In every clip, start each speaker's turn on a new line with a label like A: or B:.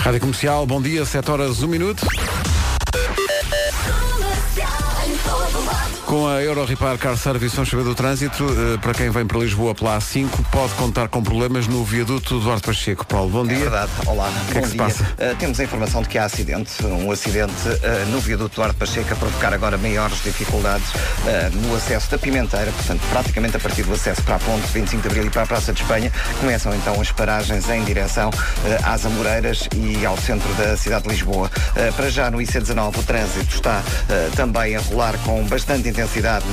A: Rádio Comercial, bom dia, 7 horas 1 minuto. Com a Euro Repar Car Service, vamos saber do trânsito. Eh, para quem vem para Lisboa pela A5, pode contar com problemas no viaduto Duarte Pacheco. Paulo, bom
B: É
A: dia.
B: verdade. Olá,
A: que é
B: bom
A: que se
B: dia.
A: passa?
B: Uh, temos a informação de que há acidente, um acidente uh, no viaduto Duarte Pacheco a provocar agora maiores dificuldades uh, no acesso da Pimenteira, portanto, praticamente a partir do acesso para a ponte 25 de Abril e para a Praça de Espanha, começam então as paragens em direção uh, às Amoreiras e ao centro da cidade de Lisboa. Uh, para já no IC19 o trânsito está uh, também a rolar com bastante intensidade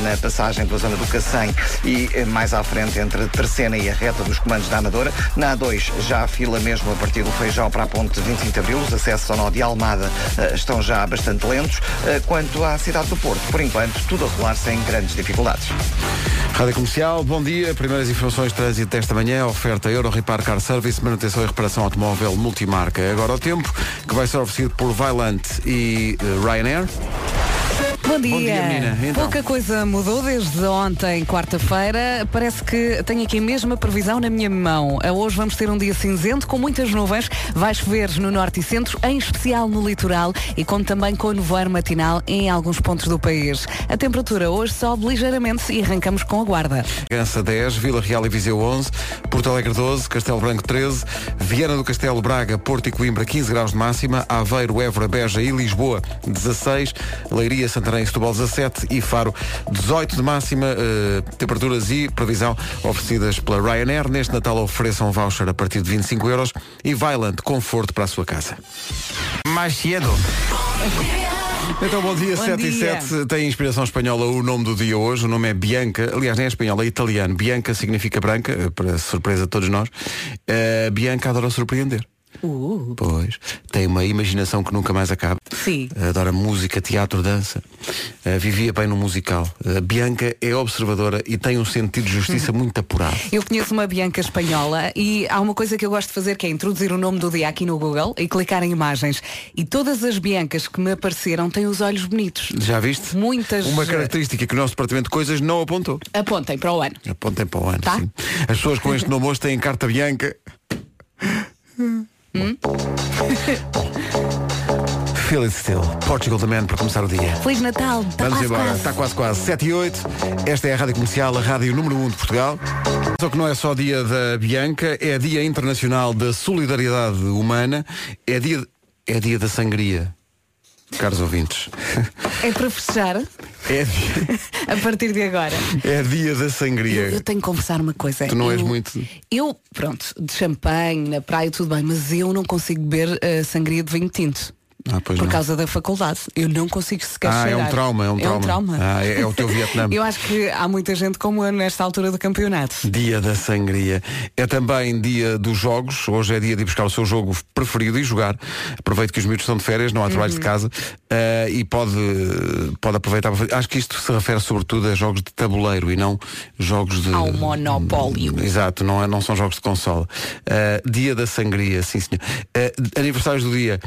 B: na passagem pela zona do Cacém e eh, mais à frente entre Terceira e a reta dos comandos da Amadora. Na A2 já a fila mesmo a partir do Feijão para a ponte 25 de Abril. Os acessos ao nó de Almada eh, estão já bastante lentos. Eh, Quanto à cidade do Porto, por enquanto, tudo a rolar sem grandes dificuldades.
A: Rádio Comercial, bom dia. Primeiras informações de trânsito desta manhã, oferta Euro Repar Car Service, manutenção e reparação automóvel multimarca. É Agora o tempo, que vai ser oferecido por Vaillant e eh, Ryanair.
C: Bom dia.
A: dia, menina. Então?
C: Pouca coisa mudou desde ontem, quarta-feira. Parece que tenho aqui mesmo a previsão na minha mão. A Hoje vamos ter um dia cinzento com muitas nuvens. Vai chover no norte e centro, em especial no litoral e conto também com o nevoeiro matinal em alguns pontos do país. A temperatura hoje sobe ligeiramente e arrancamos com a guarda.
A: Gança 10, Vila Real e Viseu 11, Porto Alegre 12, Castelo Branco 13, Viana do Castelo, Braga, Porto e Coimbra 15 graus de máxima, Aveiro, Évora, Beja e Lisboa 16, Leiria, Santarém e Setúbal 17 e Faro 18 de máxima, eh, temperaturas e previsão oferecidas pela Ryanair. Neste Natal ofereçam um voucher a partir de 25 euros e Vailant, conforto para a sua casa. Mais cedo. Então, bom dia,
C: Bom
A: 7 e
C: dia.
A: 7 tem inspiração espanhola o nome do dia hoje, o nome é Bianca, aliás nem é espanhola, é italiano. Bianca significa branca, eh, para surpresa de todos nós. Eh, Bianca adora surpreender. Uh. Pois, tem uma imaginação que nunca mais acaba.
C: Sim.
A: Adora música, teatro, dança. Eh, vivia bem no musical. Eh, Bianca é observadora e tem um sentido de justiça muito apurado.
C: Eu conheço uma Bianca espanhola e há uma coisa que eu gosto de fazer que é introduzir o nome do dia aqui no Google e clicar em imagens. E todas as Biancas que me apareceram têm os olhos bonitos.
A: Já viste?
C: Muitas-
A: Uma característica que o nosso departamento de coisas não apontou.
C: Apontem para o ano.
A: Apontem para o ano,
C: Tá.
A: sim. As pessoas com este nome hoje têm carta bianca.
C: Hum?
A: Feel it still. Portugal the Man para começar o dia.
C: Feliz Natal. Tá
A: Vamos
C: quase,
A: embora.
C: quase.
A: Está quase quase. 7 e 8. Esta é a Rádio Comercial, a Rádio número 1 de Portugal. Só que não é só dia da Bianca, é dia internacional da solidariedade humana, é dia, é dia da sangria. Caros ouvintes.
C: É para fechar
A: É dia,
C: a partir de agora.
A: é dia da
C: Eu,
A: sangria.
C: eu tenho que confessar uma coisa.
A: Tu não
C: eu,
A: és muito-
C: Eu, pronto, de champanhe, na praia, tudo bem, mas eu não consigo beber eh, sangria de vinho tinto.
A: Ah, pois
C: por
A: não.
C: causa da faculdade. Eu não consigo sequer
A: Ah, é
C: cheirar.
A: um trauma, é um trauma. Ah, é- é o teu Vietnã.
C: eu acho que há muita gente como eu nesta altura do campeonato.
A: Dia da sangria. É também dia dos jogos. Hoje é dia de ir buscar o seu jogo preferido e jogar. Aproveito que os miúdos estão de férias, não há trabalho
C: Uhum.
A: de casa. eh, e pode, pode aproveitar. para fazer- Acho que isto se refere sobretudo a jogos de tabuleiro e não jogos de.
C: Ao um monopólio.
A: Exato, não, é- não são jogos de consola. Eh, dia da sangria, sim senhor. Eh, aniversários do dia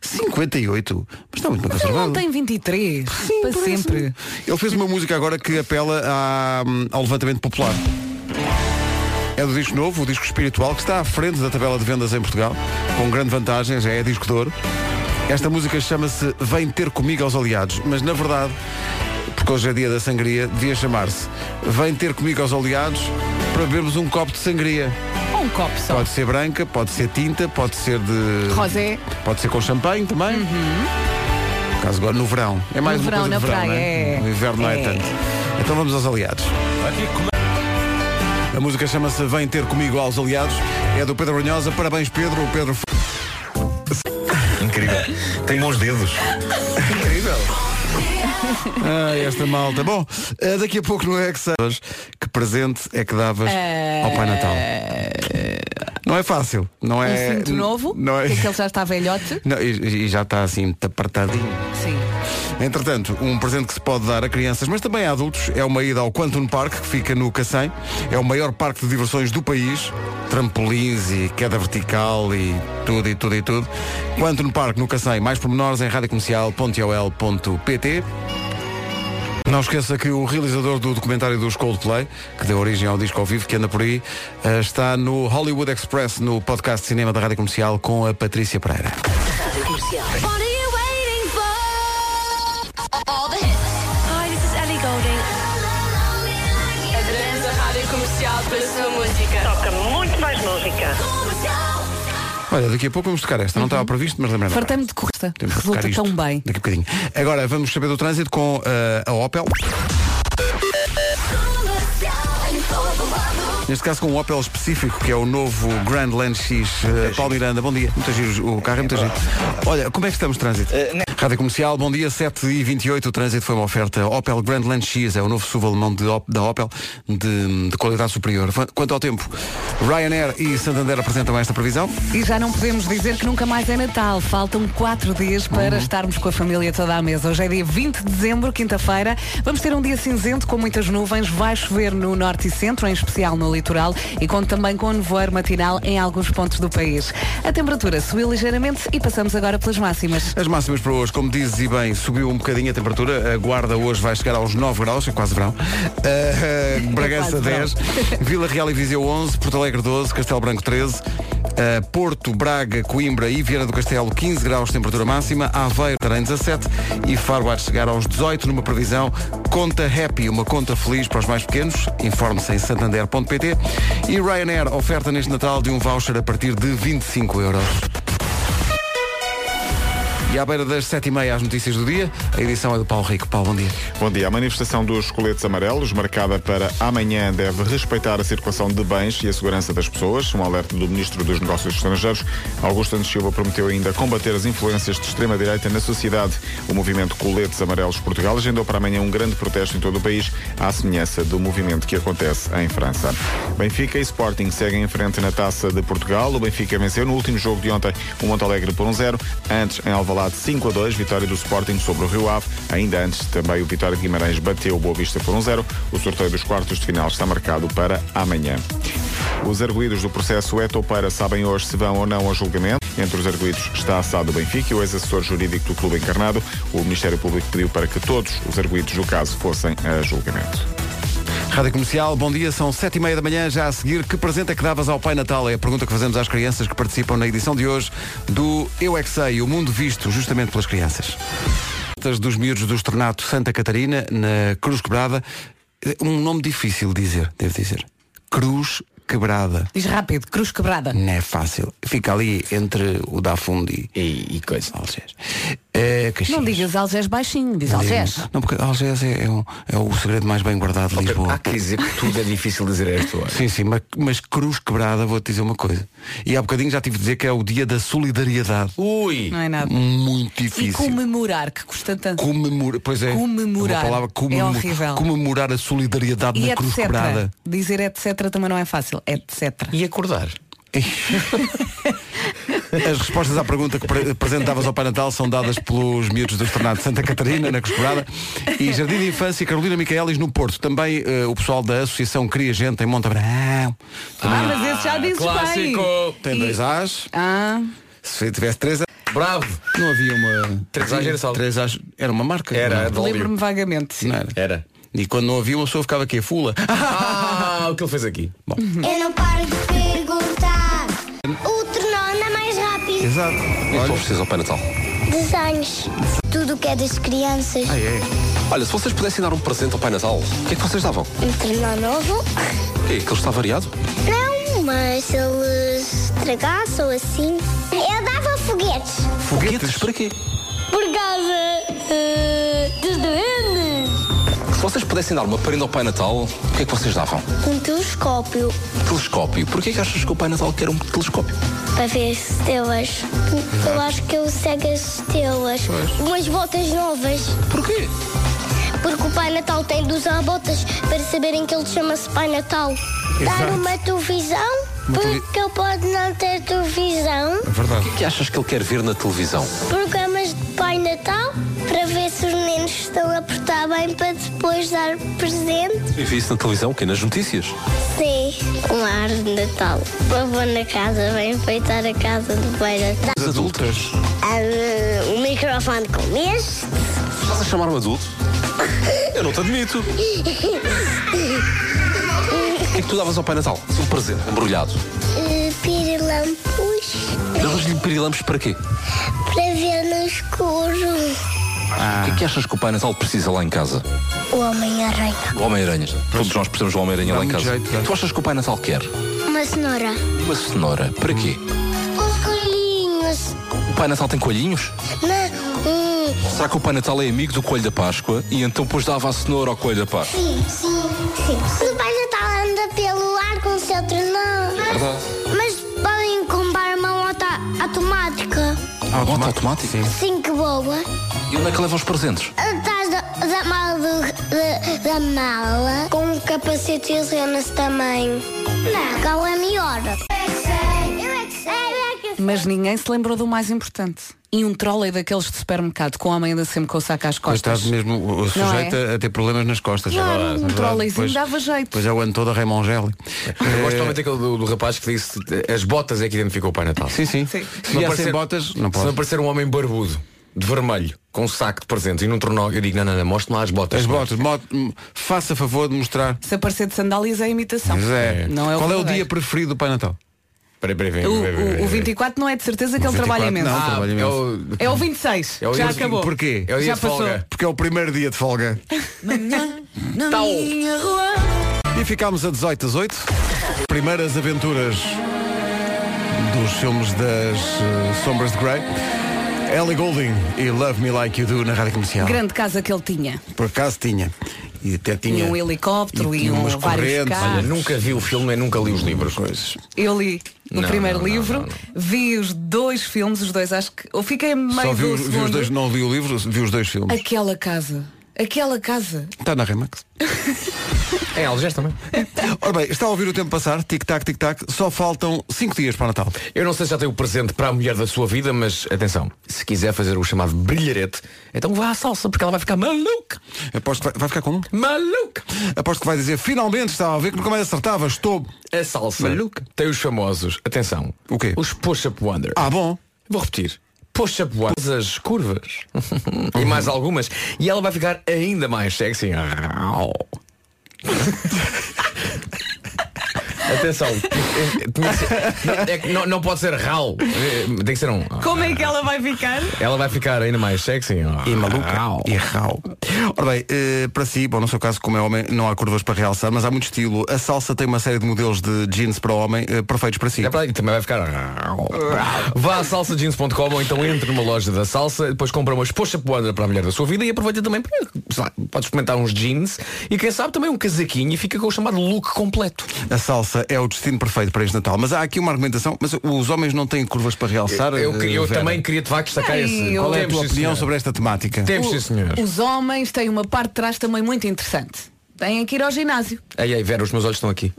A: 58. Mas está muito bem
C: Mas ele
A: conservado.
C: não tem 23. para
A: parece-me.
C: sempre.
A: Ele fez uma música agora que apela à- ao levantamento popular. É do disco novo, o disco espiritual, que está à frente da tabela de vendas em Portugal, com grande vantagem, já é disco de ouro. Esta música chama-se Vem Ter Comigo aos Aliados, mas na verdade, porque hoje é dia da sangria, devia chamar-se Vem Ter Comigo aos Aliados para bebermos um copo de sangria.
C: Ou um copo só.
A: Pode ser branca, pode ser tinta, pode ser de.
C: Rosé. Uhum.
A: Pode ser com champanhe também. No Caso agora no verão. É mais
C: No
A: uma
C: verão, na
A: coisa de verão,
C: praia,
A: né?
C: é.
A: No inverno não é
C: É.
A: tanto. Então vamos aos aliados. A música chama-se Vem Ter Comigo aos Aliados. É do Pedro Brunhosa. Parabéns, Pedro. O Pedro foi
D: Incrível. Tem bons dedos.
A: incrível. Ah, esta malta. Bom, eh, daqui a pouco no Exa. Que presente é que davas
C: Eh,
A: ao Pai Natal? Não é fácil. Não
C: Um
A: é.
C: cinto novo.
A: Não é.
C: que aquele já está velhote.
A: Não, e, e já está assim, apertadinho.
C: Sim.
A: Entretanto, um presente que se pode dar a crianças, mas também a adultos, é uma ida ao Quantum Park, que fica no Cacém. É o maior parque de diversões do país. Trampolins e queda vertical e tudo e tudo e tudo. Quantum Park no Cacém. Mais pormenores em radiocomercial.ol.pt Não esqueça que o realizador do documentário dos Coldplay, que deu origem ao disco ao vivo, que anda por aí, eh, está no Hollywood Express, no podcast de cinema da Rádio Comercial, com a Patrícia Pereira.
E: What are you waiting for? All the hits. Hi, this is Ellie Golding.
F: Adoramos a rádio comercial pela sua música.
G: Toca muito mais música.
A: Olha, daqui a pouco vamos tocar esta. Não estava previsto, mas lembrei-me. agora.
C: Fartei-me de corrida.
A: Temos que
C: Resulta
A: tocar isto
C: tão bem.
A: Daqui a bocadinho. Agora vamos saber do trânsito com eh, a Opel. Neste caso com um Opel específico, que é o novo Grand Land X. Uh, Paulo Miranda, bom dia. Muito giro, o carro é muito giro. Olha, como é que estamos de trânsito? Rádio Comercial, bom dia, 7 e 28 o trânsito foi uma oferta. Opel Grand Land X é o novo SUV alemão de Op- da Opel, de, de qualidade superior. Quanto ao tempo, Ryanair e Santander apresentam esta previsão.
C: E já não podemos dizer que nunca mais é Natal. Faltam quatro dias
A: Uhum.
C: para estarmos com a família toda à mesa. Hoje é dia 20 de dezembro, quinta-feira. Vamos ter um dia cinzento com muitas nuvens. Vai chover no norte e centro, em especial no litoral. E conto também com o nevoeiro matinal em alguns pontos do país. A temperatura subiu ligeiramente e passamos agora pelas máximas.
A: As máximas para hoje, como dizes e bem, subiu um bocadinho a temperatura. A guarda hoje vai chegar aos 9 graus, é quase verão. Ah, ah, Bragança
C: quase verão.
A: 10, Vila Real e Viseu 11, Porto Alegre 12, Castelo Branco 13, ah, Porto, Braga, Coimbra e Viana do Castelo 15 graus de temperatura máxima, Aveiro terem 17 e Faro vai chegar aos 18 numa previsão Conta Happy, uma conta feliz para os mais pequenos. Informe-se em santander.pt e Ryanair oferta neste Natal de um voucher a partir de 25 euros. E à beira das 7h30 às notícias do dia, a edição é do Paulo Rico. Paulo, bom dia.
H: Bom dia. A manifestação dos coletes amarelos, marcada para amanhã, deve respeitar a circulação de bens e a segurança das pessoas. Um alerta do Ministro dos Negócios Estrangeiros. Augusto Santos Silva prometeu ainda combater as influências de extrema-direita na sociedade. O movimento Coletes Amarelos Portugal agendou para amanhã um grande protesto em todo o país, à semelhança do movimento que acontece em França. Benfica e Sporting seguem em frente na Taça de Portugal. O Benfica venceu no último jogo de ontem o Monte Alegre por 1-0. Antes, em Alvalade, 5-2, vitória do Sporting sobre o Rio Ave. Ainda antes, também o Vitória de Guimarães bateu o Boa Vista por 1-0. O sorteio dos quartos de final está marcado para amanhã. Os arguídos do processo Etopeira sabem hoje se vão ou não ao julgamento. Entre os arguídos está assado o Benfica e o ex-assessor jurídico do clube encarnado. O Ministério Público pediu para que todos os arguídos do caso fossem a julgamento.
A: Rádio Comercial, bom dia, são 7h30 da manhã, já a seguir. Que presente é que davas ao Pai Natal? É a pergunta que fazemos às crianças que participam na edição de hoje do Eu É Que Sei, o mundo visto justamente pelas crianças. Dos miúdos do Estornato Santa Catarina, na Cruz Quebrada. Um nome difícil de dizer, devo dizer. Cruz Quebrada.
C: Diz rápido, cruz quebrada.
A: Não é fácil. Fica ali entre o Dafundi
I: E, e coisa.
A: Algés. É, Caxias.
C: Não digas Algés baixinho,
A: Hum.
C: diz Algés.
A: Não, porque Algés é, é o, é o segredo mais bem guardado de Lisboa.
I: Há que dizer que tudo é difícil dizer a esta hora.
A: Sim, sim, mas, mas cruz quebrada, vou-te dizer uma coisa. E há bocadinho já tive de dizer que é o dia da solidariedade.
I: Ui!
C: Não é nada.
A: Muito
C: E
A: Hum. difícil.
C: comemorar, que custa tanto.
A: Comemora, pois é.
C: Comemorar.
A: Uma palavra
C: É
A: comemo-
C: horrível.
A: Comemorar a solidariedade
C: E
A: da cruz
C: etc.
A: quebrada.
C: Dizer etc também não é fácil. Etc.
I: E acordar?
A: As respostas à pergunta que pre- apresentavas ao Pai Natal são dadas pelos miúdos do Esternado de Santa Catarina, na Cosquebrada, e Jardim de Infância Carolina Micaelis, no Porto. Também eh, o pessoal da Associação Cria Gente, em Montabrão.
C: Ah, mas esse já dizes bem.
I: Clássico!
A: Tem dois As.
C: Ah,
A: Se tivesse três As,
I: Bravo!
A: não havia uma...
I: Três As era sal.
A: Três As era uma marca?
I: Era,
A: Não, é?
I: de óleo.
C: lembro-me vagamente. sim.
A: não era.
I: Era.
A: E quando não havia, uma pessoa ficava aqui, a fula.
I: Ah, o que ele fez aqui?
E: Eu não paro de perguntar. O trenó anda mais rápido.
A: Exato.
D: Olha, vocês ao Pai Natal.
E: Desenhos. Tudo o que é das crianças.
D: Ah, é? Olha, se vocês pudessem dar um presente ao Pai Natal, o que é que vocês davam? O
E: Um trenó novo.
D: quê? Que ele está variado?
E: Não, mas se eles estragassem ou assim. Eu dava foguetes.
D: Foguetes? Para quê?
E: Por causa eh, dos duendes.
D: Se vocês pudessem dar uma prenda ao Pai Natal, o que é que vocês davam?
E: Um telescópio.
D: Telescópio. Porquê que achas que o Pai Natal quer um telescópio? Ah.
E: Para ver estrelas. Eu acho que eu cego as estrelas. Umas botas novas.
D: Porquê?
E: Porque o Pai Natal tem de usar botas para saberem que ele chama-se Pai Natal. Dar uma televisão,
A: televi-
E: porque ele pode não ter televisão.
A: Verdade.
D: O que é que achas que ele quer ver na televisão?
E: Programas de Pai Natal, para ver se os meninos estão a portar bem para depois dar presente.
D: Eu vi isso na televisão, o quê? Nas notícias?
E: Sim, uma árvore de Natal. Para pôr na casa, para enfeitar a casa do Pai Natal. Ah,
D: As adultas.
E: um microfone como este.
D: Estás a chamar-me adulto? Eu não te admito. O que é que tu davas ao Pai Natal? Um presente, embrulhado.
E: Eh, Pirilampos
D: Davas-lhe pirilampos para quê?
E: para ver no escuro.
I: Ah.
D: O que é que achas que o Pai Natal precisa lá em casa?
E: O Homem-Aranha.
D: O Homem-Aranha. Todos nós precisamos do Homem-Aranha
A: Dá
D: lá em
A: muito
I: um
D: casa.
A: jeito,
D: O que é que tu achas que o Pai Natal quer?
E: Uma cenoura.
D: Uma cenoura. Para quê?
E: Os coelhinhos.
D: O Pai Natal tem coelhinhos?
E: Não, um.
D: Será que o Pai Natal é amigo do Coelho da Páscoa e então depois dava a cenoura ao Coelho da Páscoa?
E: Sim, sim, sim. O Pai Natal anda pelo ar com o seu trenó.
D: Verdade.
E: Mas podem comprar uma moto automática.
D: Ah, Bota automático?
E: Sim, que boa.
D: E onde é que leva os presentes?
E: Atrás da, da mala do- da, da mala. Com um capacete e as renas também. Não. Qual é melhor? Eu é que sei, eu é que sei, eu é que sei.
C: Mas ninguém se lembrou do mais importante. E um trolley daqueles de supermercado com a mãe da sempre com o saco às costas. é?
A: Coitado mesmo, o- o sujeito a- a ter problemas nas costas.
C: Claro,
A: Verdade,
C: um
A: verdade.
C: trolleyzinho
A: Pois-
C: dava jeito.
A: Pois é o ano todo a Eh, Raymond Gelli.
I: Eu gosto também daquele do, do rapaz que disse as botas é que identificou o Pai Natal.
A: Sim, sim. Se não aparecer botas, não
I: Se
A: pode.
I: aparecer um homem barbudo, de vermelho, com um saco de presentes e num tornó, eu digo, não, não, não, mostre-me lá as botas.
A: As botas, mo- hum, faça favor de mostrar.
C: Se aparecer de sandálias é imitação.
A: Pois é.
C: Não é o
A: Qual é o
C: verdadeiro.
A: dia preferido do Pai Natal?
I: Peraí, peraí, peraí,
C: O,
I: peraí, peraí,
C: o, o
I: peraí.
C: 24 não é de certeza que ele
A: 24
C: trabalha imenso.
A: não,
I: Ah,
A: trabalho
I: é
A: imenso.
I: o-
C: É o 26.
I: É o
C: já
I: dia-
C: acabou.
A: Porquê?
I: É o dia
C: Já
I: de
C: passou.
I: folga.
A: Porque é o primeiro dia de folga. E ficámos a 18 às 8. Primeiras aventuras dos filmes das eh, Sombras de Grey. Ellie Goulding e Love Me Like You Do na Rádio Comercial.
C: Grande casa que ele tinha.
A: Por acaso tinha. E até tinha.
C: Tinha um helicóptero e,
A: tinha
C: um,
A: umas
C: vários
A: correntes.
I: Eu
C: carros.
I: nunca vi o filme, nem nunca li os livros.
C: Eu li o
I: Não,
C: primeiro
I: não, não,
C: livro,
I: não, não.
C: vi os dois filmes, os dois acho que. Ou fiquei meio
A: Só vi,
C: do
A: os- vi
C: segundo.
A: os dois, não li o livro, vi os dois filmes.
C: Aquela casa. Aquela casa.
A: Está na Remax.
I: É Algés também.
A: Ora bem, está a ouvir o tempo passar, tic-tac, tic-tac, só faltam 5 dias para o Natal.
I: Eu não sei se já tem o presente para a mulher da sua vida, mas atenção, se quiser fazer o chamado brilharete, então vá à salsa, porque ela vai ficar maluca.
A: Aposto que vai, vai ficar como?
I: Maluca!
A: Aposto que vai dizer, finalmente estava a ver que nunca mais é acertava, estou.
I: A salsa
A: Maluca.
I: tem os famosos, atenção,
A: O quê?
I: Os push-up wonder.
A: Ah, bom.
I: Vou repetir. Puxa boas as curvas e mais algumas e ela vai ficar ainda mais sexy. Atenção, tinha que ser- é que não, não pode ser rau, É, tem que ser um.
C: Como é que ela vai ficar?
I: Ela vai ficar ainda mais sexy
A: E maluca. E rau. Ora bem, eh, para si, bom, no seu caso, como é homem, não há curvas para realçar, mas há muito estilo. A salsa tem uma série de modelos de jeans para homem eh, perfeitos para si.
I: É verdade, e também vai ficar. ah, Vá a salsajeans.com ou então entre numa loja da salsa, depois compra umas poxa poada para a mulher da sua vida e aproveita também para, sei lá, pode experimentar uns jeans e quem sabe também um casaquinho e fica com o chamado look completo.
A: A salsa é o destino perfeito para este Natal. Mas há aqui uma argumentação, mas os homens não têm curvas para realçar?
I: Eu,
A: eh,
I: eu
A: Vera?
I: também queria de facto destacar
C: Ai,
I: esse.
C: eu-
A: Qual é a
I: Temos,
A: tua
I: sim,
A: opinião
I: senhor.
A: sobre esta temática?
I: Temos, sim, senhor.
C: Os homens têm uma parte de trás também muito interessante. Têm que ir ao ginásio.
I: Ai, ai, Vera, os meus olhos estão aqui.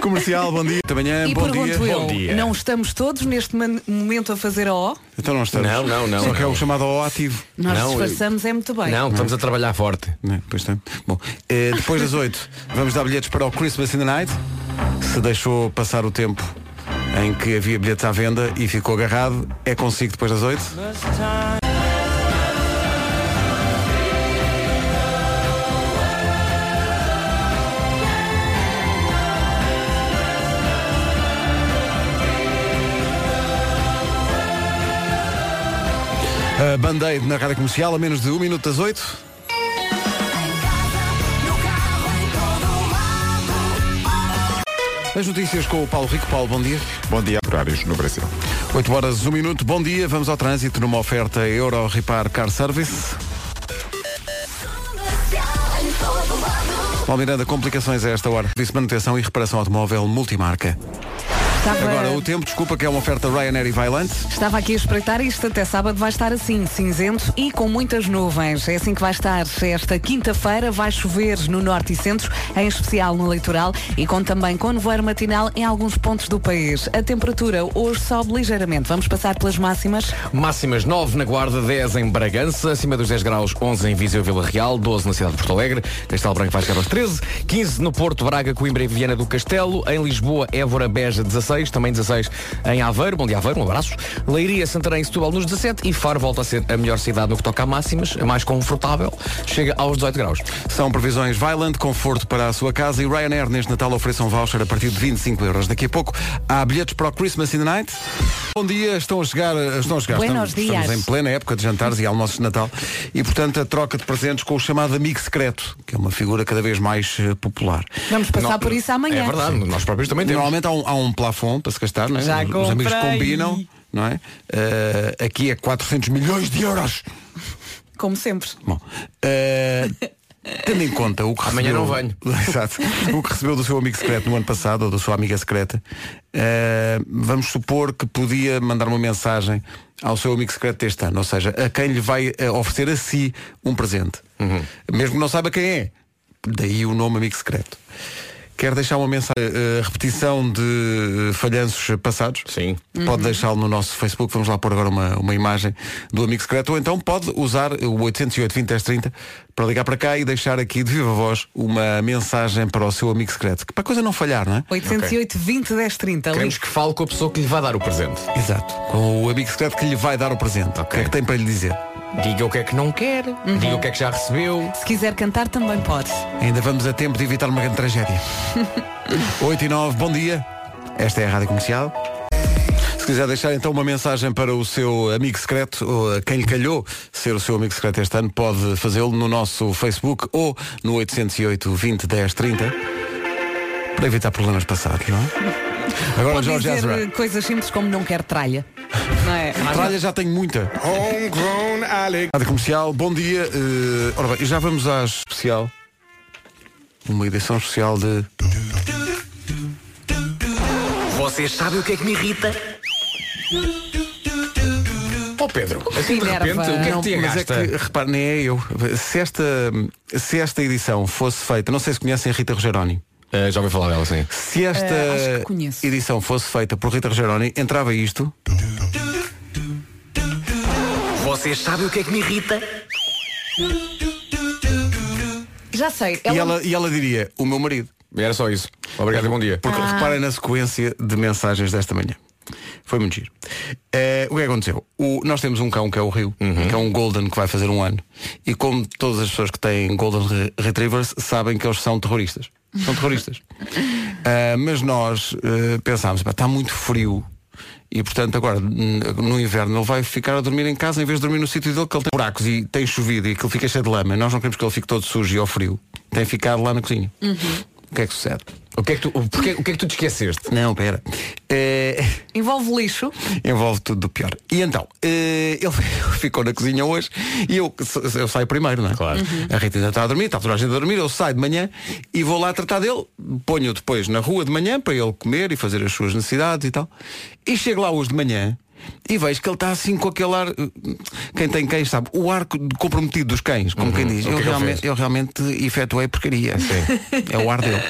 A: Comercial, bom dia. Até amanhã,
C: e
A: bom dia.
C: pergunto eu,
I: Bom dia.
C: não estamos todos neste man- momento a fazer a O?
A: Então não estamos.
I: Não, não, não,
A: Só que é
I: não.
A: o chamado ao ativo.
C: Nós
I: Não, eu-
C: disfarçamos é muito bem.
I: Não, estamos a trabalhar forte.
A: Né, Pois tem. Bom, eh, depois das 8, vamos dar bilhetes para o Christmas in the Night. Se deixou passar o tempo em que havia bilhetes à venda e ficou agarrado, é consigo depois das 8. A Band-Aid na rádio comercial a menos de 1 minuto das 8. As notícias com o Paulo Rico. Paulo, bom dia.
H: Bom dia, horários no Brasil.
A: 8 horas, 1 minuto. Bom dia. Vamos ao trânsito numa oferta Euro Repar Car Service. Paulo Miranda, complicações a esta hora. Disse manutenção e reparação automóvel multimarca.
C: Estava,
A: Agora o tempo, desculpa, que é uma oferta Ryanair e Vailante.
C: estava aqui a espreitar isto até sábado vai estar assim, cinzento e com muitas nuvens. É assim que vai estar esta quinta-feira. Vai chover no norte e centro, em especial no litoral e com também com nevoeiro matinal em alguns pontos do país. A temperatura hoje sobe ligeiramente. Vamos passar pelas máximas.
I: Máximas 9 na Guarda, 10 em Bragança, acima dos 10 graus, 11 em Viseu e Vila Real, 12 na cidade de Porto Alegre, Castelo Branco vai chegar aos 13, 15 no Porto, Braga, Coimbra e Viana do Castelo, em Lisboa, Évora, Beja, 16. 16, também 16 em Aveiro, bom dia Aveiro, um abraço. Leiria, Santarém e Setúbal nos 17 e Faro volta a ser a melhor cidade no que toca a máximas, a mais confortável, chega aos 18 graus.
A: São previsões Vailand, conforto para a sua casa e Ryanair neste Natal oferece um voucher a partir de 25 euros. Daqui a pouco há bilhetes para o Christmas in the Night. Bom dia, estão a chegar, eh, estão a chegar.
C: Buenos
A: estamos, estamos
C: dias.
A: em plena época de jantares e almoços de Natal e, portanto, a troca de presentes com o chamado amigo secreto, que é uma figura cada vez mais eh, popular.
C: Vamos passar por isso amanhã.
I: É verdade, nós próprios também temos.
A: Normalmente há um, há um plafond para se gastar, não é?
C: Já
A: os, os amigos
C: comprei.
A: combinam, não é? Eh, aqui é 400 milhões de euros.
C: Como sempre.
A: Bom, eh, tendo em conta o que
I: Amanhã
A: recebeu,
I: não venho.
A: Exato. o que recebeu do seu amigo secreto no ano passado, ou da sua amiga secreta, eh, vamos supor que podia mandar uma mensagem ao seu amigo secreto deste ano, ou seja, a quem lhe vai eh, oferecer a si um presente,
I: Uhum.
A: mesmo que não saiba quem é. Daí o nome amigo secreto. Quer deixar uma mensagem, eh, repetição de eh, falhanços passados?
I: Sim.
C: É
A: Pode deixá-lo no nosso Facebook, vamos lá pôr agora uma, uma imagem do amigo secreto, ou então pode usar o 808 20 30 para ligar para cá e deixar aqui de viva voz uma mensagem para o seu amigo secreto. Que para a coisa não falhar, não é?
C: 808 20 10 30.
I: Queremos que fale com a pessoa que lhe vai dar o presente.
A: Exato. Com o amigo secreto que lhe vai dar o presente. O que é que tem para lhe dizer?
I: Diga o que é que não quer,
C: Uhum.
I: diga o que é que já recebeu.
C: Se quiser cantar também pode.
A: Ainda vamos a tempo de evitar uma grande tragédia. 8 e 9, bom dia. Esta é a Rádio Comercial. Se quiser deixar então uma mensagem para o seu amigo secreto, ou a quem lhe calhou ser o seu amigo secreto este ano, pode fazê-lo no nosso Facebook ou no 808 20 10 30 para evitar problemas passados, não é? Agora
C: Pode
A: Jorge
C: dizer eh,
A: Ezra.
C: coisas simples como não quer tralha. Não é?
A: Tralha já tenho muita. Rádio Comercial, bom dia. eh, ora bem, já vamos à especial. Uma edição especial de
I: Vocês sabem o que é que me irrita? Ó Pedro, assim de
C: Minerva.
I: repente, o que é que
C: Não,
I: te
A: Mas é
I: agasta?
A: que, repare, nem é eu. Se esta, se esta edição fosse feita, não sei se conhecem a Rita Rogeroni.
I: Ah, já ouvi falar dela, sim.
A: Se esta
C: Eh, acho que conheço.
A: edição fosse feita por Rita Rogeroni, entrava isto.
I: Vocês sabem o que é que me irrita?
C: Já sei.
A: E,
C: Ela...
A: ela, e ela diria, o meu marido.
I: Era só isso. Obrigado e bom dia.
A: Porque reparem na sequência de mensagens desta manhã. Foi muito giro. Eh, o que é que aconteceu? O- nós temos um cão que é o Rio, que é um Golden que vai fazer um ano. E como todas as pessoas que têm Golden Re- Retrievers sabem que eles são terroristas. São terroristas. Ah, mas nós eh, pensámos, "Pá, está muito frio. E portanto agora n- no inverno ele vai ficar a dormir em casa em vez de dormir no sítio dele que ele tem buracos e tem chovido e aquilo fica cheio de lama. Nós não queremos que ele fique todo sujo e ao frio. Tem ficado lá na cozinha. O que é que sucede?
I: O que é que tu, o, porquê- o que é que tu te esqueceste?
A: Não, pera. Eh,
C: Envolve lixo.
A: envolve tudo do pior. E então, eh, ele ficou na cozinha hoje e eu, eu saio primeiro, não é? Claro.
I: Uhum.
A: A Rita ainda está a dormir, está toda a gente a dormir, eu saio de manhã e vou lá tratar dele, ponho-o depois na rua de manhã para ele comer e fazer as suas necessidades e tal. E chego lá hoje de manhã e vejo que ele está assim com aquele ar. eh, Quem tem cães sabe, o ar comprometido dos cães, como quem diz.
I: O que é
A: eu,
I: que ele
A: realmente, eu realmente efetuei porcaria. É o ar dele.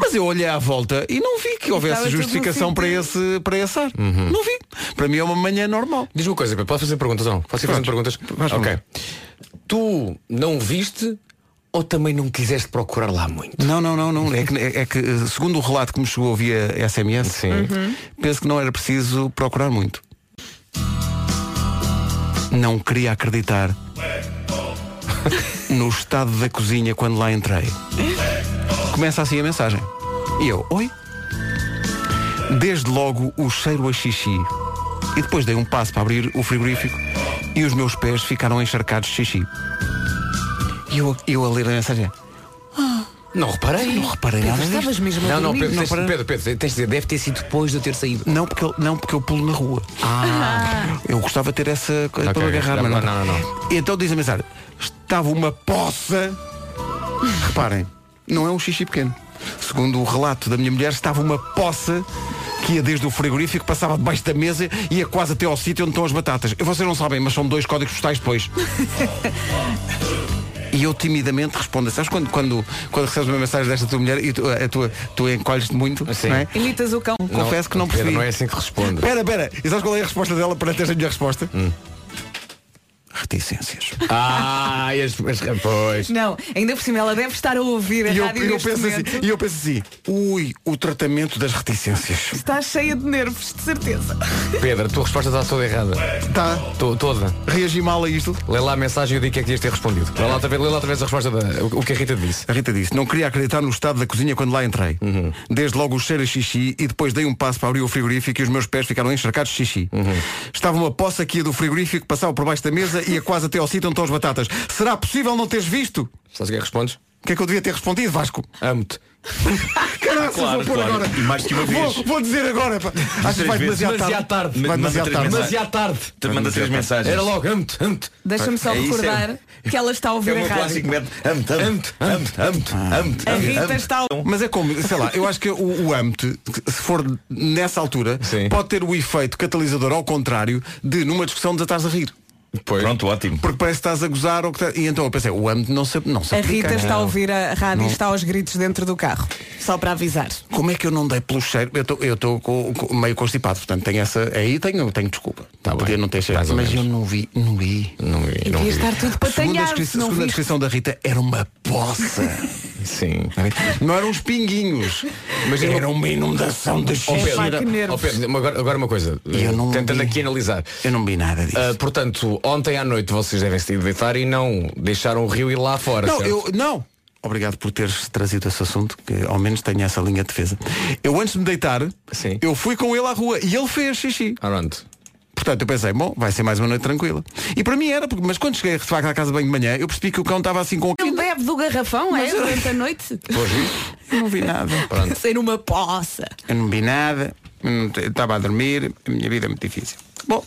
A: Mas eu olhei à volta e não vi que houvesse
C: Estava tudo no
A: justificação para
C: sítio.
A: esse, para esse ar. Não vi. Para mim é uma manhã normal.
I: Diz-me uma coisa, Pedro, pode fazer perguntas ou não? Posso ir fazendo perguntas?
A: Vais
I: ok.
A: perguntar.
I: Tu não viste ou também não quiseste procurar lá muito?
A: Não, não, não, não. É que, é, é que eh, segundo o relato que me chegou via SMS, penso que não era preciso procurar muito. Não queria acreditar no estado da cozinha quando lá entrei. Começa assim a mensagem. E eu, oi? Desde logo o cheiro a xixi. E depois dei um passo para abrir o frigorífico e os meus pés ficaram encharcados de xixi. E eu, eu a ler a mensagem.
I: Não reparei.
A: Não reparei
C: Pedro,
A: nada nisto.
C: estavas mesmo a
I: Não, não,
C: dormir.
I: Pedro,
A: Não
I: tens,
A: reparei.
I: Pedro, Pedro, tens de dizer, deve ter sido depois de eu ter saído.
A: Não porque, eu, não porque eu pulo na rua. Eu gostava de ter essa
I: Ah.
A: coisa
I: Ok,
A: para me agarrar,
I: não,
A: mas
I: não,
A: não.
I: não,
A: Então diz a mensagem, estava uma poça. Reparem, não é um xixi pequeno. Segundo o relato da minha mulher, estava uma poça que ia desde o frigorífico, passava debaixo da mesa e ia quase até ao sítio onde estão as batatas. Vocês não sabem, mas são dois códigos postais depois. E eu timidamente respondo, sabes quando, quando, quando recebes uma mensagem desta tua mulher e tu, a tua, tu encolhes-te muito,
I: Sim.
A: não é?
C: Imitas o cão.
A: Confesso que não
I: Oh, Pedro, é
A: percebi.
I: não é assim que responde.
A: Pera, pera, e sabes qual é a resposta dela para teres a minha resposta? reticências.
I: Ah, as, pois.
C: Não, ainda por cima ela deve estar a ouvir a
A: E eu,
C: rádio
A: e eu
C: neste
A: penso assim,
C: momento.
A: e eu penso assim, ui, o tratamento das reticências.
C: Está cheia de nervos, de certeza.
I: Pedro, a tua resposta está toda errada.
A: Tá,
I: To- toda.
A: reagi mal a isto.
I: Lê lá a mensagem e eu digo o que é que devias ter respondido. Lê lá outra vez, lê lá outra vez a resposta da. O o que a Rita disse.
A: A Rita disse, não queria acreditar no estado da cozinha quando lá entrei. Desde logo o cheiro a xixi e depois dei um passo para abrir o frigorífico e os meus pés ficaram encharcados de xixi. Estava uma poça aqui do frigorífico, passava por baixo da mesa e ia quase até ao sítio onde estão as batatas. Será possível não teres visto?
I: Sabes o que é que respondes?
A: O que é que eu devia ter respondido, Vasco?
I: Amo-te.
A: Caraca, vou pôr agora.
J: E mais que uma vez.
A: Vou, vou dizer agora. pá. Acho que
J: Três
A: vai
J: vezes.
A: demasiado
I: Demasiado
A: tarde.
I: tarde.
A: Vai
J: Manda
A: demasiado
J: três
A: tarde.
J: mensagens.
I: Mas e à tarde?
J: Te manda três mensagens.
I: Era logo, amo-te, amo-te.
C: Deixa-me só
J: É isso,
C: recordar que ela está a
J: É
C: ouvir
J: o
C: a
J: meu
C: rádio.
J: clássico método. Amo-te, amo-te, amo-te, amo-te,
I: Ah,
J: amo-te,
A: né?
C: A
J: amo-te,
C: Rita
J: amo-te.
C: está a
A: Mas é como, sei lá, eu acho que o, o âmbito, se for nessa altura,
I: Sim.
A: pode ter o efeito catalisador ao contrário de numa discussão de estás a rir.
I: Pois.
J: Pronto, ótimo.
A: Porque parece que estás a gozar ou que tá- E então eu pensei, o âmbito não se, não é? se
C: A
A: aplica.
C: Rita está a ouvir a rádio e está aos gritos dentro do carro. Só para avisar.
A: Como é que eu não dei pelo cheiro? Eu tô- Eu estou meio constipado, portanto tenho essa. Aí tenho, tenho desculpa.
I: Tá
A: Podia
I: bem.
A: não ter cheiro.
I: Mais ou
A: Mas eu
I: menos.
A: não vi, não vi.
I: Não vi,
C: Devia
I: não vi.
C: estar tudo
A: Segundo a,
C: patanhado.
A: descri-
C: não
A: segundo a
C: vi.
A: descrição da Rita, era uma poça.
I: Sim.
A: não eram uns pinguinhos. Mas
I: Mas eu-
A: era uma inundação de
I: Ó
A: xixi.
C: pá, que
I: Pedro,
C: nervos.
I: ó Pedro, agora, agora uma coisa.
A: Eu não
I: Tentando
A: vi.
I: aqui analisar.
A: Eu não vi nada disso.
I: Ah, portanto, ontem à noite vocês devem se deitar e não deixaram o rio ir lá fora.
A: Não,
I: tá certo?
A: eu não. Obrigado por teres trazido esse assunto, que ao menos tenho essa linha de defesa. Eu antes de me deitar,
I: Sim.
A: eu fui com ele à rua e ele fez xixi.
I: Pronto.
A: Portanto, eu pensei, bom, vai ser mais uma noite tranquila. E para mim era, porque- mas quando cheguei de facto à casa bem de manhã, eu percebi que o cão estava assim com
C: Ele é um bebe do garrafão, é? Durante a noite?
A: Eu não vi nada.
C: Ser uma poça.
A: Eu não vi nada, eu não te- estava a dormir, a minha vida é muito difícil. Bom,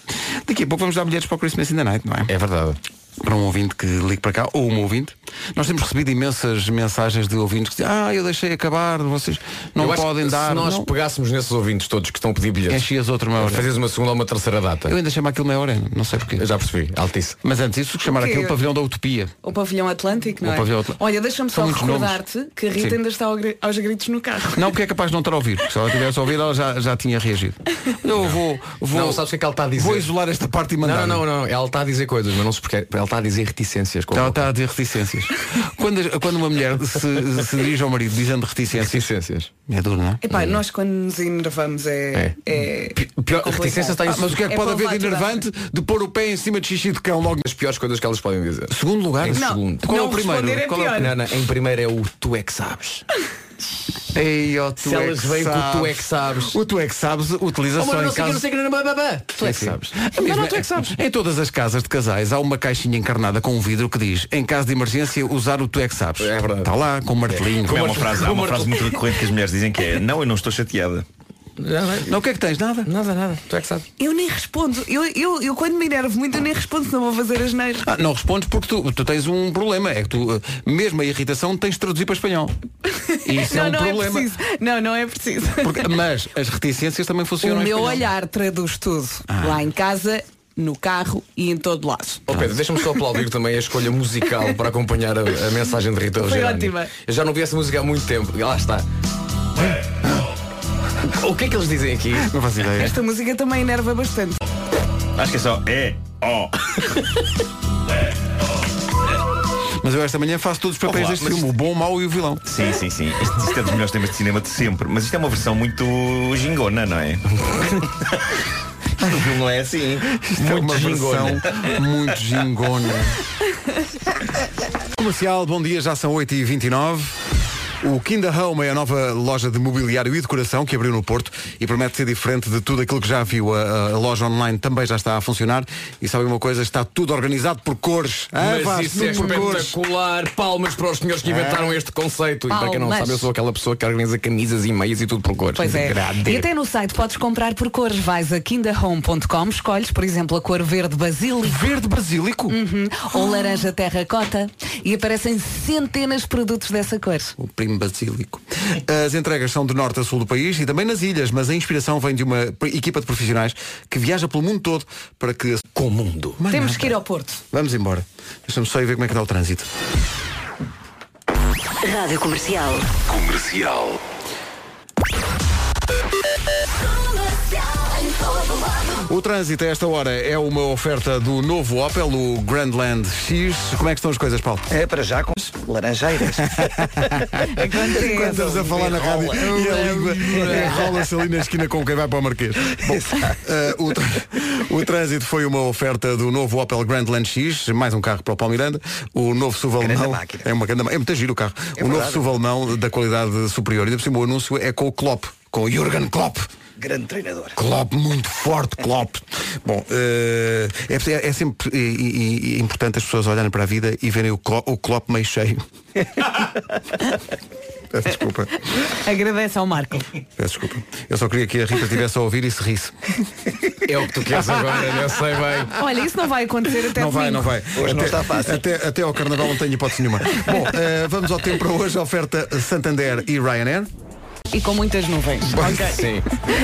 A: daqui a pouco vamos dar bilhetes para o Christmas in the Night, não é?
I: É verdade.
A: para um ouvinte que ligue para cá, ou um ouvinte. Nós temos recebido imensas mensagens de ouvintes que dizem, ah, eu deixei acabar, vocês não
I: Eu acho
A: podem
I: que
A: dar.
I: Se nós
A: não.
I: pegássemos nesses ouvintes todos que estão a pedir bilhetes,
A: Enchias outra meia hora.
I: fazes uma segunda ou uma terceira data.
A: Eu ainda chamo aquilo meia hora, não sei porquê.
I: Eu já percebi, Altice.
A: Mas antes isso chamar
C: O quê?
A: aquilo pavilhão da utopia.
C: O pavilhão Atlântico, não
A: O
C: é?
A: pavilhão Atlântico.
C: Olha, deixa-me
A: São
C: só
A: muitos
C: recordar-te
A: nomes.
C: que a Rita
A: Sim.
C: ainda está ao gri- aos gritos no carro.
A: Não, porque é capaz de não estar a ouvir. porque Se ela tivesse a ouvir, ela já, já tinha reagido. Eu vou, vou.
I: Não, sabes o que é que ela está a dizer?
A: Vou isolar esta parte e mandar.
I: Não, não, não, não. Ela está a dizer coisas, mas não se porque ela está a dizer reticências. com a
A: Ela
I: boca.
A: está a dizer reticências. quando, quando uma mulher se, se dirige ao marido dizendo reticências,
I: Reticências.
A: é duro, não é?
C: Epá, nós quando nos enervamos é. é.
I: Pior,
C: complicado.
I: reticências está em
A: Ah, mas o que é que
C: É
A: pode
C: para
A: haver de
C: levar toda a
A: enervante de pôr o pé em cima de xixi de cão logo
I: as piores coisas que elas podem dizer.
A: Segundo lugar?
I: Em
A: Não.
I: segundo.
A: Qual é o
C: Não
A: primeiro?
C: responder é
A: Qual é o-
C: pior.
I: Não, não, em primeiro é o tu é que sabes.
A: Ei, ó, tu
I: Se elas vêm com o tu é que sabes.
A: O tu é que sabes utiliza
I: Oh,
A: só
I: mas
A: em
I: não sei que,
A: casos-
I: não sei que, não, não, não, não, não. Tu é que
A: Sim, sim.
I: sabes.
A: A mesma- Em todas as casas de casais há uma caixinha encarnada com um vidro que diz em caso de emergência usar o tu é que sabes.
I: É verdade.
A: Está lá com um martelinho.
J: Como é
A: Com-
J: uma frase, há uma frase muito recorrente que as mulheres dizem que é Não, eu não estou chateada.
A: Não, o que é que tens? Nada?
I: Nada, nada. Tu é que sabes.
C: Eu nem respondo. Eu, eu, eu quando me enervo muito, eu nem respondo, senão vou fazer as neiras.
A: Ah, não respondes porque tu, tu tens um problema. É que tu, eh, mesmo a irritação, tens de traduzir para espanhol. E Isso
C: não,
A: é um
C: não
A: problema.
C: é preciso. Não, não é preciso.
A: Porque- mas as reticências também
C: O
A: funcionam. em
C: meu
A: espanhol.
C: olhar traduz tudo.
A: Ah.
C: Lá em casa, no carro e em todo lado.
I: Ó
A: É.
I: Pedro, deixa-me só aplaudir também a escolha musical para acompanhar a, a mensagem de Rita
C: Foi
I: Rogerani.
C: ótima.
I: Eu já não vi essa música há muito tempo. E Lá está. O que é que eles dizem aqui?
A: Não faço ideia.
C: Esta música também enerva bastante.
J: Acho que é só é, ó.
A: Mas eu esta manhã faço todos os papéis
J: Olá,
A: deste
J: mas-
A: filme, o bom, o mau e o vilão.
J: Sim, sim, sim. Isto, isto é dos melhores temas de cinema de sempre. Mas isto é uma versão muito gingona, não é? o filme não é assim.
A: Muito é uma
J: gingona.
A: versão muito gingona. Comercial, bom dia, já são 8h29. O Kinder Home é a nova loja de mobiliário e decoração que abriu no Porto e promete ser diferente de tudo aquilo que já viu. A, a loja online também já está a funcionar e sabem uma coisa, está tudo organizado por cores. Ah,
I: Mas
A: vá, Ah.
I: isso é
A: tudo por cores.
I: espetacular. Palmas para os senhores que inventaram este conceito. E para quem não
C: Palmas.
I: sabe, eu sou aquela pessoa que organiza camisas e meias e tudo por cores.
C: Pois é.
I: Grande.
C: E até no site podes comprar por cores. Vais a kindahome.com, escolhes, por exemplo, a cor verde basílico
A: Verde basílico?
C: ou laranja terracota e aparecem centenas de produtos dessa cor.
A: O primo basílico. As entregas são de norte a sul do país e também nas ilhas, mas a inspiração vem de uma equipa de profissionais que viaja pelo mundo todo para que... Com o mundo.
C: Temos que ir ao Porto.
A: Vamos embora. Deixa-me só ir ver como é que está o trânsito.
F: Rádio Comercial.
E: Comercial.
A: O trânsito a esta hora é uma oferta do novo Opel, o Grandland X. Como é que estão as coisas, Paulo?
B: É para já com laranjeiras.
A: Quando estamos a falar na rádio
B: é
A: e
J: É
A: a língua enrola-se ali na esquina com quem vai para o Marquês. Bom, eh, o, tr- o trânsito foi uma oferta do novo Opel Grandland X, mais um carro para o Palmiranda, o novo SUV alemão. É uma grande ma- É muito giro o carro. o novo
B: verdade.
A: SUV alemão da qualidade superior. E ainda por cima o anúncio é com o Klopp, com o Jürgen Klopp.
B: Grande treinador.
A: Klopp, muito forte Klopp. Bom, eh, é, é sempre eh, e- e- importante as pessoas olharem para a vida e verem o Klopp, o Klopp meio cheio. Peço desculpa.
C: Agradece ao Marco.
A: Peço desculpa. Eu só queria que a Rita estivesse a ouvir e se risse. É o que tu queres agora, eu sei bem.
C: Olha, isso não vai acontecer até
A: não vai,
C: domingo.
A: não vai.
B: Hoje não
A: até,
B: está fácil.
A: Até, até ao carnaval não tenho hipótese nenhuma. Bom, eh, vamos ao tempo para hoje. Oferta Santander e Ryanair.
C: E com muitas nuvens. Ok.
I: Sim.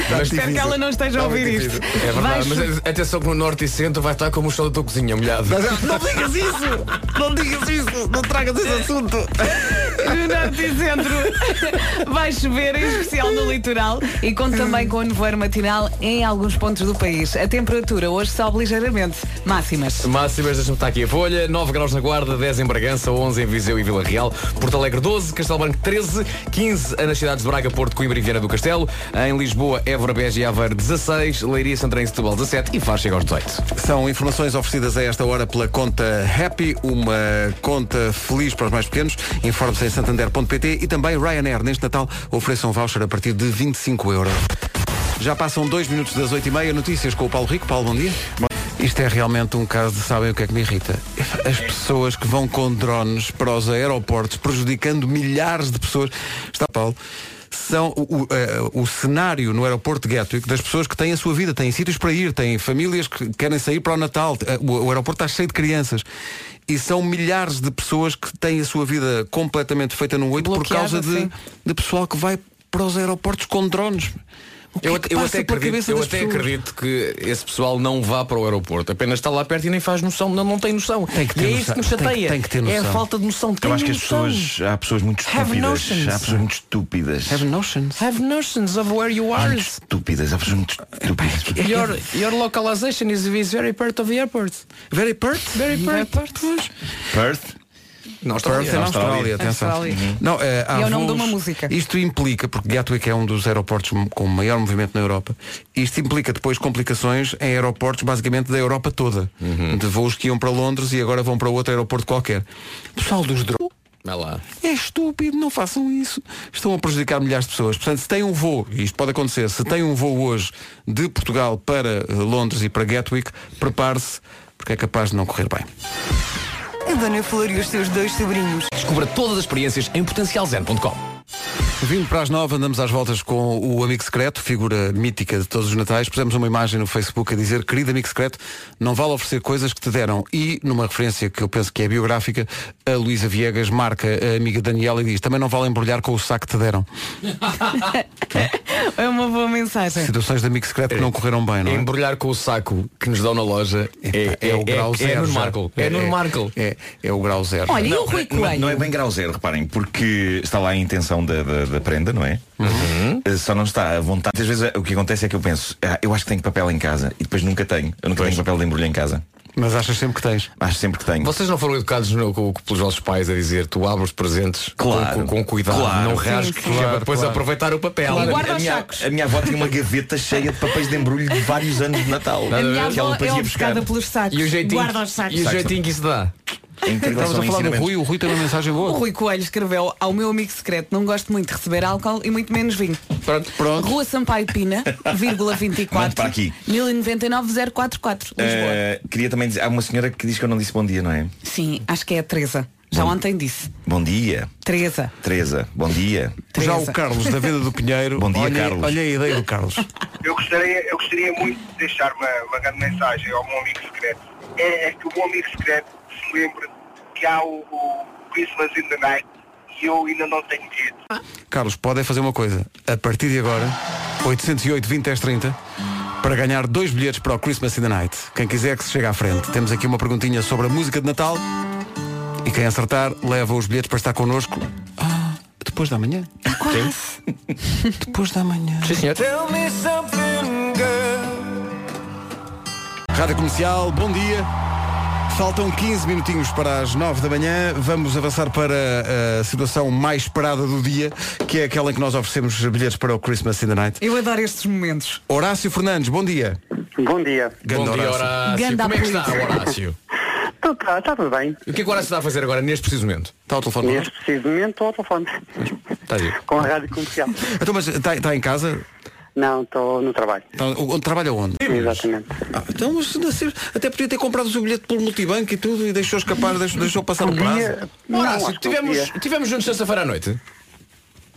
A: Tá
C: Espero que ela não esteja a ouvir isto.
I: É
C: Vai
I: verdade,
C: cho-
I: mas atenção que no norte e centro vai estar como o chão da tua cozinha molhado.
A: Não digas isso! Não digas isso! Não tragas esse assunto!
C: No norte e centro vai chover, em especial no litoral e conto também com o nevoeiro matinal em alguns pontos do país. A temperatura hoje sobe ligeiramente. Máximas.
I: Máximas, deixa-me estar aqui a folha. 9 graus na Guarda, 10 em Bragança, 11 em Viseu e Vila Real, Porto Alegre 12, Castelo Branco 13, 15 nas cidades de Braga, Porto, Coimbra e Viana do Castelo, em Lisboa, Évora, Beja e Aveiro 16, Leiria, Santarém e Setúbal 17 e Faro chega aos 18.
A: São informações oferecidas a esta hora pela conta Happy, uma conta feliz para os mais pequenos. Informe-se em santander.pt e também Ryanair. Neste Natal ofereçam um voucher a partir de 25 euros. Já passam dois minutos das 8h30, notícias com o Paulo Rico. Paulo, bom dia. Isto é realmente um caso de sabem o que é que me irrita. As pessoas que vão com drones para os aeroportos, prejudicando milhares de pessoas. Está Paulo. São o, o, eh, o cenário no aeroporto de Gatwick das pessoas que têm a sua vida, têm sítios para ir, têm famílias que querem sair para o Natal. Eh, O, o aeroporto está cheio de crianças. E são milhares de pessoas que têm a sua vida completamente feita num oito por
C: Bloqueada,
A: causa de,
C: sim.
A: de pessoal que vai para os aeroportos com drones. O que
I: Eu,
A: é que
I: eu
A: passa
I: até,
A: pela
I: acredito,
A: cabeça
I: eu
A: das
I: até
A: pessoas?
I: acredito que esse pessoal não vá para o aeroporto. Apenas está lá perto e nem faz noção. Não, não tem noção.
A: Tem que ter
I: e é isso
A: noção.
I: que me
A: Tem que-
I: chateia.
A: tem que ter
I: É a
A: noção.
I: falta de noção.
J: Eu
I: Tem
J: acho que as
I: noção.
J: pessoas. Há pessoas muito
I: Have
J: estúpidas.
I: notions.
J: Há pessoas muito estúpidas.
A: Have notions.
I: Have notions of where you are.
J: Estúpidas, há pessoas muito estúpidas.
I: Your, your localization is, is very part of the airport.
A: Very Perth?
I: Very part.
J: Perth?
I: Na
A: Perth é
I: Austrália.
A: na Austrália,
J: Austrália.
A: atenção.
C: Austrália. Uhum.
A: Não, eh, há
C: E é o nome de
A: voos-
C: uma música.
A: Isto implica, porque Gatwick é um dos aeroportos com o maior movimento na Europa, isto implica depois complicações em aeroportos basicamente da Europa toda. De voos que iam para Londres e agora vão para outro aeroporto qualquer. Pessoal dos drones.
I: Vai lá.
A: É estúpido, não façam isso. Estão a prejudicar milhares de pessoas. Portanto, se tem um voo, e isto pode acontecer, se tem um voo hoje de Portugal para eh, Londres e para Gatwick, prepare-se, porque é capaz de não correr bem.
K: A Dona Flor e os seus dois sobrinhos.
I: Descubra todas as experiências em potencialzen.com.
A: Vindo para as nove, andamos às voltas com o Amigo Secreto, figura mítica de todos os Natais. Pusemos uma imagem no Facebook a dizer, querido Amigo Secreto, não vale oferecer coisas que te deram. E, numa referência que eu penso que é biográfica, a Luísa Viegas marca a amiga Daniela e diz, também não vale embrulhar com o saco que te deram.
C: É uma boa mensagem.
A: Situações de Amigo Secreto que não correram bem, não é?
I: Embrulhar com o saco que nos dão na loja é,
A: É o grau zero.
I: É no
A: já.
I: Marco. É no Marco.
A: É, é o grau zero.
C: Olha, e o Rui
J: Não,
C: Coelho?
J: não é bem grau zero, reparem, porque está lá a intenção da, da- da prenda, não é?
I: Uhum.
J: Eh, Só não está a vontade. Às vezes eh, o que acontece é que eu penso, "Ah, eu acho que tenho papel em casa e depois nunca tenho. Eu nunca tenho papel de embrulho em casa.
A: Mas achas sempre que tens.
J: Acho sempre que tenho.
I: Vocês não foram educados no- com- pelos vossos pais a dizer tu abres presentes
J: Claro.
I: com, com- com cuidado,
J: Claro.
I: não rasgues,
A: Sim,
I: que
A: sim.
I: é para
A: Claro,
I: depois
A: claro.
I: aproveitar o papel.
C: Claro. E guarda
J: a,
C: os
J: minha,
C: sacos.
J: a minha avó tinha uma gaveta cheia de papéis de embrulho de vários anos de Natal.
C: A minha
J: que ela
C: avó
J: depois
C: é
J: ia buscar.
C: obcecada pelos sacos.
I: E o jeitinho,
C: Guarda os sacos.
I: e o
J: Sacos.
I: jeitinho que isso dá.
J: Em
A: Estavas
J: relação
A: a
J: a
A: falar do
J: É ensinamentos.
A: Rui, o Rui tem uma mensagem boa.
C: O Rui Coelho escreveu ao meu amigo secreto, não gosto muito de receber álcool e muito menos vinho.
I: Pronto.
C: Rua Sampaio Pina, vírgula
J: Mande
C: 24,
J: para aqui.
C: 199044, Lisboa.
J: Eh, queria também dizer, há uma senhora que diz que eu não disse bom dia, não é?
C: Sim, acho que é a Teresa. Já ontem disse.
J: Bom dia,
C: Teresa.
J: Teresa. Bom dia.
A: Já
C: Teresa.
A: o Carlos, da Venda do Pinheiro.
J: Bom dia,
A: olha,
J: Carlos.
A: Olha a ideia do Carlos.
L: Eu gostaria, eu gostaria muito de deixar uma, uma grande mensagem ao meu amigo secreto. É, é que o meu amigo secreto se lembre que há o, o Christmas in the Night e eu ainda não tenho tido.
A: Carlos, pode é fazer uma coisa. A partir de agora, 808 20 10 30, para ganhar dois bilhetes para o Christmas in the Night. Quem quiser que se chegue à frente. Temos aqui uma perguntinha sobre a música de Natal. E quem acertar, leva os bilhetes para estar connosco. Ah, depois da manhã. Depois da manhã.
I: Sim, senhor.
K: Tell me something, girl.
A: Rádio Comercial, bom dia. Faltam 15 minutinhos para as 9 da manhã. Vamos avançar para eh, a situação mais esperada do dia, que é aquela em que nós oferecemos bilhetes para o Christmas in the Night.
C: Eu adoro estes momentos.
A: Horácio Fernandes, bom dia.
M: Bom dia.
A: Ganda
I: Bom dia,
A: Horácio.
I: Horácio.
C: Ganda
I: Como é que está,
C: polícia.
I: Horácio?
M: Está tá tudo bem.
I: O que é que o Horácio está a fazer agora, neste preciso momento?
A: Está ao telefone?
M: Neste preciso momento estou ao telefone
I: Está aí.
M: com a rádio comercial.
A: Então, mas está, está em casa?
M: Não, estou no trabalho.
A: Está, o- onde, trabalha onde?
M: Exatamente.
A: Ah, então, mas ainda se- até podia ter comprado o seu bilhete pelo multibanco e tudo e deixou escapar, deixou, deixou passar o prazo.
I: Horácio, tivemos, tivemos juntos sexta-feira à noite?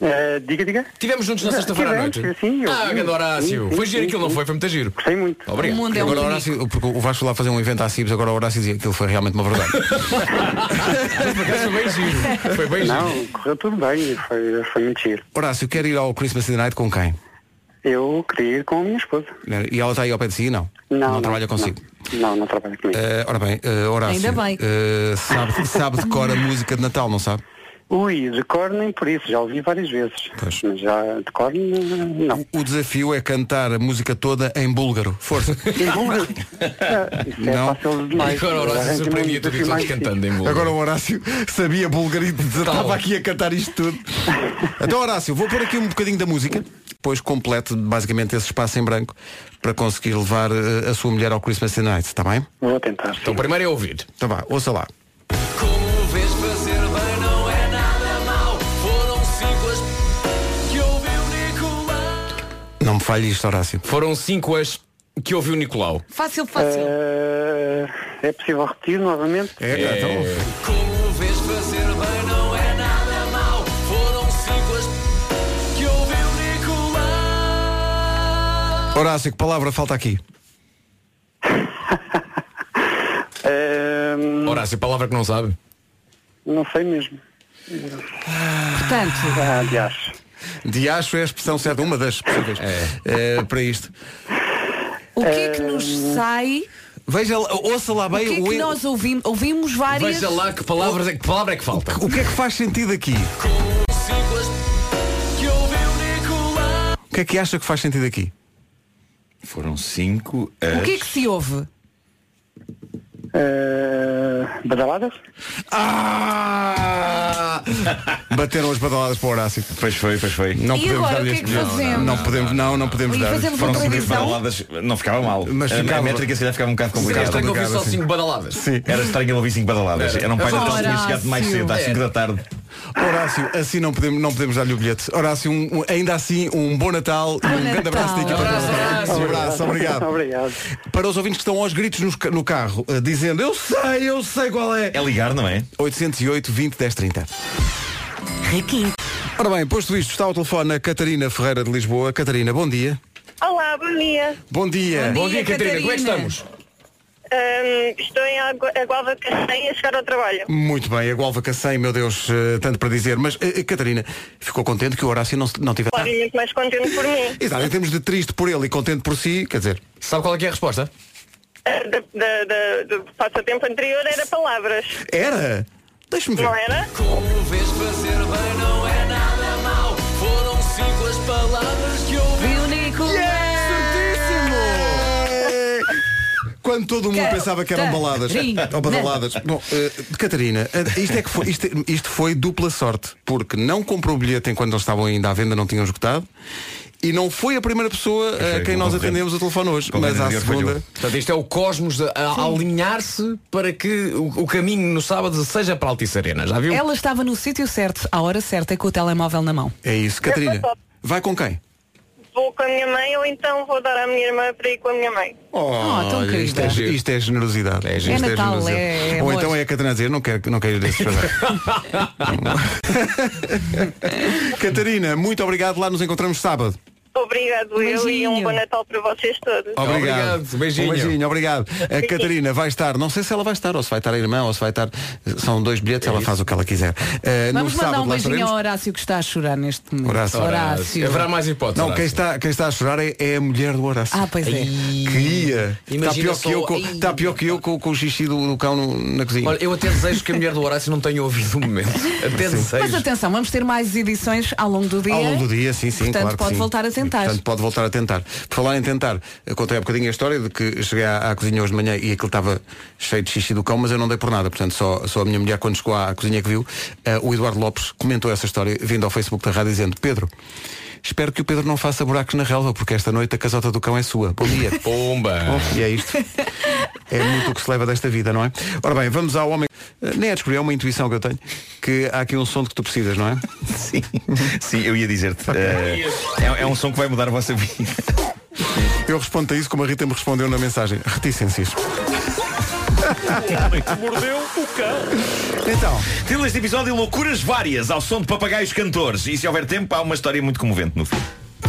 M: Eh, diga, diga.
I: Tivemos juntos na sexta-feira à noite?
M: Tivemos, sim, eu-
I: ah, grande Horácio.
M: sim, sim,
I: foi giro
M: sim,
I: aquilo, não
M: sim.
I: foi? Foi muito giro.
M: Gostei muito.
I: Obrigado.
A: O mundo é agora o Horácio, porque o Vasco lá fazer um evento à Cibes, agora o Horácio dizia que aquilo foi realmente uma verdade.
I: Por acaso foi bem giro. Foi bem giro.
M: Não, correu tudo bem, foi, foi muito giro.
A: Horácio, quer ir ao Christmas in the Night com quem?
M: Eu queria ir com a minha esposa.
A: E ela está aí ao pé de si? Não.
M: Não, não,
A: trabalha consigo.
M: Não, não trabalha comigo.
I: É.
A: Eh, ora bem, eh, Horácio.
M: Ainda bem.
A: eh, sabe, sabe de cor a música de Natal, não sabe?
M: Ui, de cor nem por isso, já ouvi várias vezes. Mas já de cor não.
A: O desafio é cantar a música toda em búlgaro. Força.
M: Em búlgaro? É, isso é
A: Não.
M: fácil demais. Arranja-me um desafio mais difícil.
A: Agora o Horácio sabia búlgaro e estava aqui a cantar isto tudo. então, Horácio, vou pôr aqui um bocadinho da música, depois completo basicamente esse espaço em branco para conseguir levar eh, a sua mulher ao Christmas in the Night, está bem?
M: Vou tentar.
I: Então primeiro é ouvir.
A: Então vá, ouça lá.
N: Como vês fazer bem não é nada mal. Foram cinco as que ouviu Nicolau.
A: Não me falhe isto, Horácio.
I: Foram cinco as que ouviu o Nicolau.
C: Fácil, fácil.
O: Eh,
M: é possível repetir novamente?
A: É,
N: Como vês fazer bem não é nada mal. Foram cinco as que ouviu Nicolau.
A: Horácio, que palavra falta aqui?
I: Horácio, palavra que não sabe.
M: É, Não sei mesmo.
C: Portanto.
O: eh,
M: Ah, aliás.
A: Diacho é a expressão certa, uma das possíveis eh, para isto.
C: O que é que nos sai?
A: Veja, lá- ouça lá
C: o que
A: bem
C: é que
A: en-
C: nós ouvimos? Ouvimos várias.
I: Veja lá que palavras é que palavra é que falta.
A: o que é que faz sentido aqui?
N: Cinco as que ouviu Nicolau.
A: O que é que acha que faz sentido aqui?
J: Foram cinco eh,
C: O que é
J: as...
C: que se ouve?
M: é, badaladas?
A: Ah! Bateram as badaladas para o Horácio.
J: Pois foi, pois foi.
A: Não
C: E
A: podemos
C: agora,
A: dar
C: o que é
A: este
C: que
A: bilhete.
C: fazemos?
A: Não, não podemos, não, não podemos
C: E
A: dar.
C: fazemos
J: Foram
C: outra
J: cinco
C: edição?
J: badaladas, não ficava mal.
A: Mas
J: A-
A: ficava-
J: A métrica se calhar ficava um bocado
I: é
A: calhar
J: complicada.
A: estranho ouvir só
J: Complicada, sim.
I: cinco badaladas.
A: Sim.
J: Era estranho ele ouvir cinco badaladas. Era um pai natal que tinha
A: Horácio.
J: chegado mais cedo, às cinco da tarde.
A: Horácio, assim não podemos, não podemos dar-lhe o bilhete. Horácio, um- um- ainda assim, um bom Natal e um grande abraço da equipa.
N: Abraço,
A: Um abraço, obrigado.
M: Obrigado.
A: Para os ouvintes que estão aos gritos nos ca- no, carro, eh, dizendo eu sei, eu sei qual é.
J: É ligar, não é?
A: 808 20 10 30. Ora bem, posto isto, está ao telefone a Catarina Ferreira de Lisboa. Catarina, bom dia.
G: Olá, bom dia.
A: Bom dia.
G: Bom dia, Bom dia, Catarina. Como é que Catarina. estamos? Ahm, estou em Agua- Aguava Castanha a chegar ao trabalho.
A: Muito bem, a Gualva Cacém, meu Deus, eh, tanto para dizer. Mas, eh, eh, Catarina, ficou contente que o Horácio não, se- não tivesse...
G: Claro, muito mais contente por mim.
A: Exato, em termos de triste por ele e contente por si, quer dizer...
I: Sabe qual é, que é a resposta?
G: Ah, da- da- da- Do passatempo anterior era palavras.
A: Era? Deixa-me ver.
G: Não era?
N: Como vês fazer bem não é nada mal. Foram cinco as palavras que ouviu
C: Viu, Nico?
A: Quando todo mundo
N: Catarina.
A: pensava que eram baladas. Ou badaladas. Bom, eh, Catarina, eh, isto, é que foi, isto, isto foi dupla sorte, porque não comprou o bilhete enquanto eles estavam ainda à venda, não tinham esgotado, e não foi a primeira pessoa a quem nós atendemos o telefone hoje, mas à segunda.
I: Portanto, isto é o cosmos a, a alinhar-se para que o, o caminho no sábado seja para a Altice Arena. Já viu?
C: Ela estava no sítio certo, à hora certa e com o telemóvel na mão.
A: É isso, Catarina. Vai com quem?
G: Vou com a minha mãe ou então vou dar à minha irmã para ir com a minha mãe.
A: Oh,
C: tão querida.
A: isto, é, isto é generosidade. Isto
C: É Natal,
A: generosidade.
C: é
A: Ou
C: amor.
A: então é a Catarina a dizer, não quero, não quero ir a esse jantar." Catarina, muito obrigado. Lá nos encontramos sábado.
G: Obrigado eu e um bom Natal para vocês todos.
A: Obrigado.
I: beijinho.
A: Um beijinho, obrigado. A
G: Beijinho.
A: Catarina vai estar, não sei se ela vai estar, ou se vai estar a irmã, ou se vai estar. São dois bilhetes, ela faz o que ela quiser. Uh,
C: Vamos
A: no
C: mandar
A: sábado
C: um
A: lá
C: beijinho
A: estaremos.
C: ao Horácio que está a chorar neste momento.
A: Horácio.
C: Horácio.
A: Não, quem está, quem está a chorar é, é a mulher do Horácio.
C: Ah, pois é.
A: Que ia. Está
I: Imagina
A: pior, que eu,
I: só-
A: com, está pior que eu com, com o xixi do, do cão no- na cozinha.
I: Olha, eu até desejo que a mulher do Horácio não tenha ouvido o momento. Até
A: Sim.
I: desejo.
C: Mas atenção, vamos ter mais edições ao longo do dia.
A: Ao longo do dia, sim, sim,
C: Portanto,
A: claro que
C: pode
A: sim.
C: voltar a tentar. tentar.
A: Portanto, pode voltar a tentar. Por falar em tentar, eu contei há bocadinho a história de que cheguei à, à cozinha hoje de manhã e aquilo estava cheio de xixi do cão, mas eu não dei por nada. Portanto, só, só a minha mulher, quando chegou à, à cozinha que viu, eh, o Eduardo Lopes comentou essa história vindo ao Facebook da rádio dizendo: Pedro. Espero que o Pedro não faça buracos na relva, porque esta noite a casota do cão é sua. Bom dia.
I: Pumba!
A: Bom, e é isto. É muito o que se leva desta vida, não é? Ora bem, vamos ao homem. Nem é descobrir, é uma intuição que eu tenho, que há aqui um som de que tu precisas, não é?
J: Sim. Sim, eu ia dizer-te. eh, é, é um som que vai mudar a vossa vida.
A: Eu respondo a isso como a Rita me respondeu na mensagem. Reticências.
N: O homem que mordeu o cão.
A: Então.
J: Título deste episódio Loucuras Várias ao som de papagaios cantores. E se houver tempo, há uma história muito comovente no fim.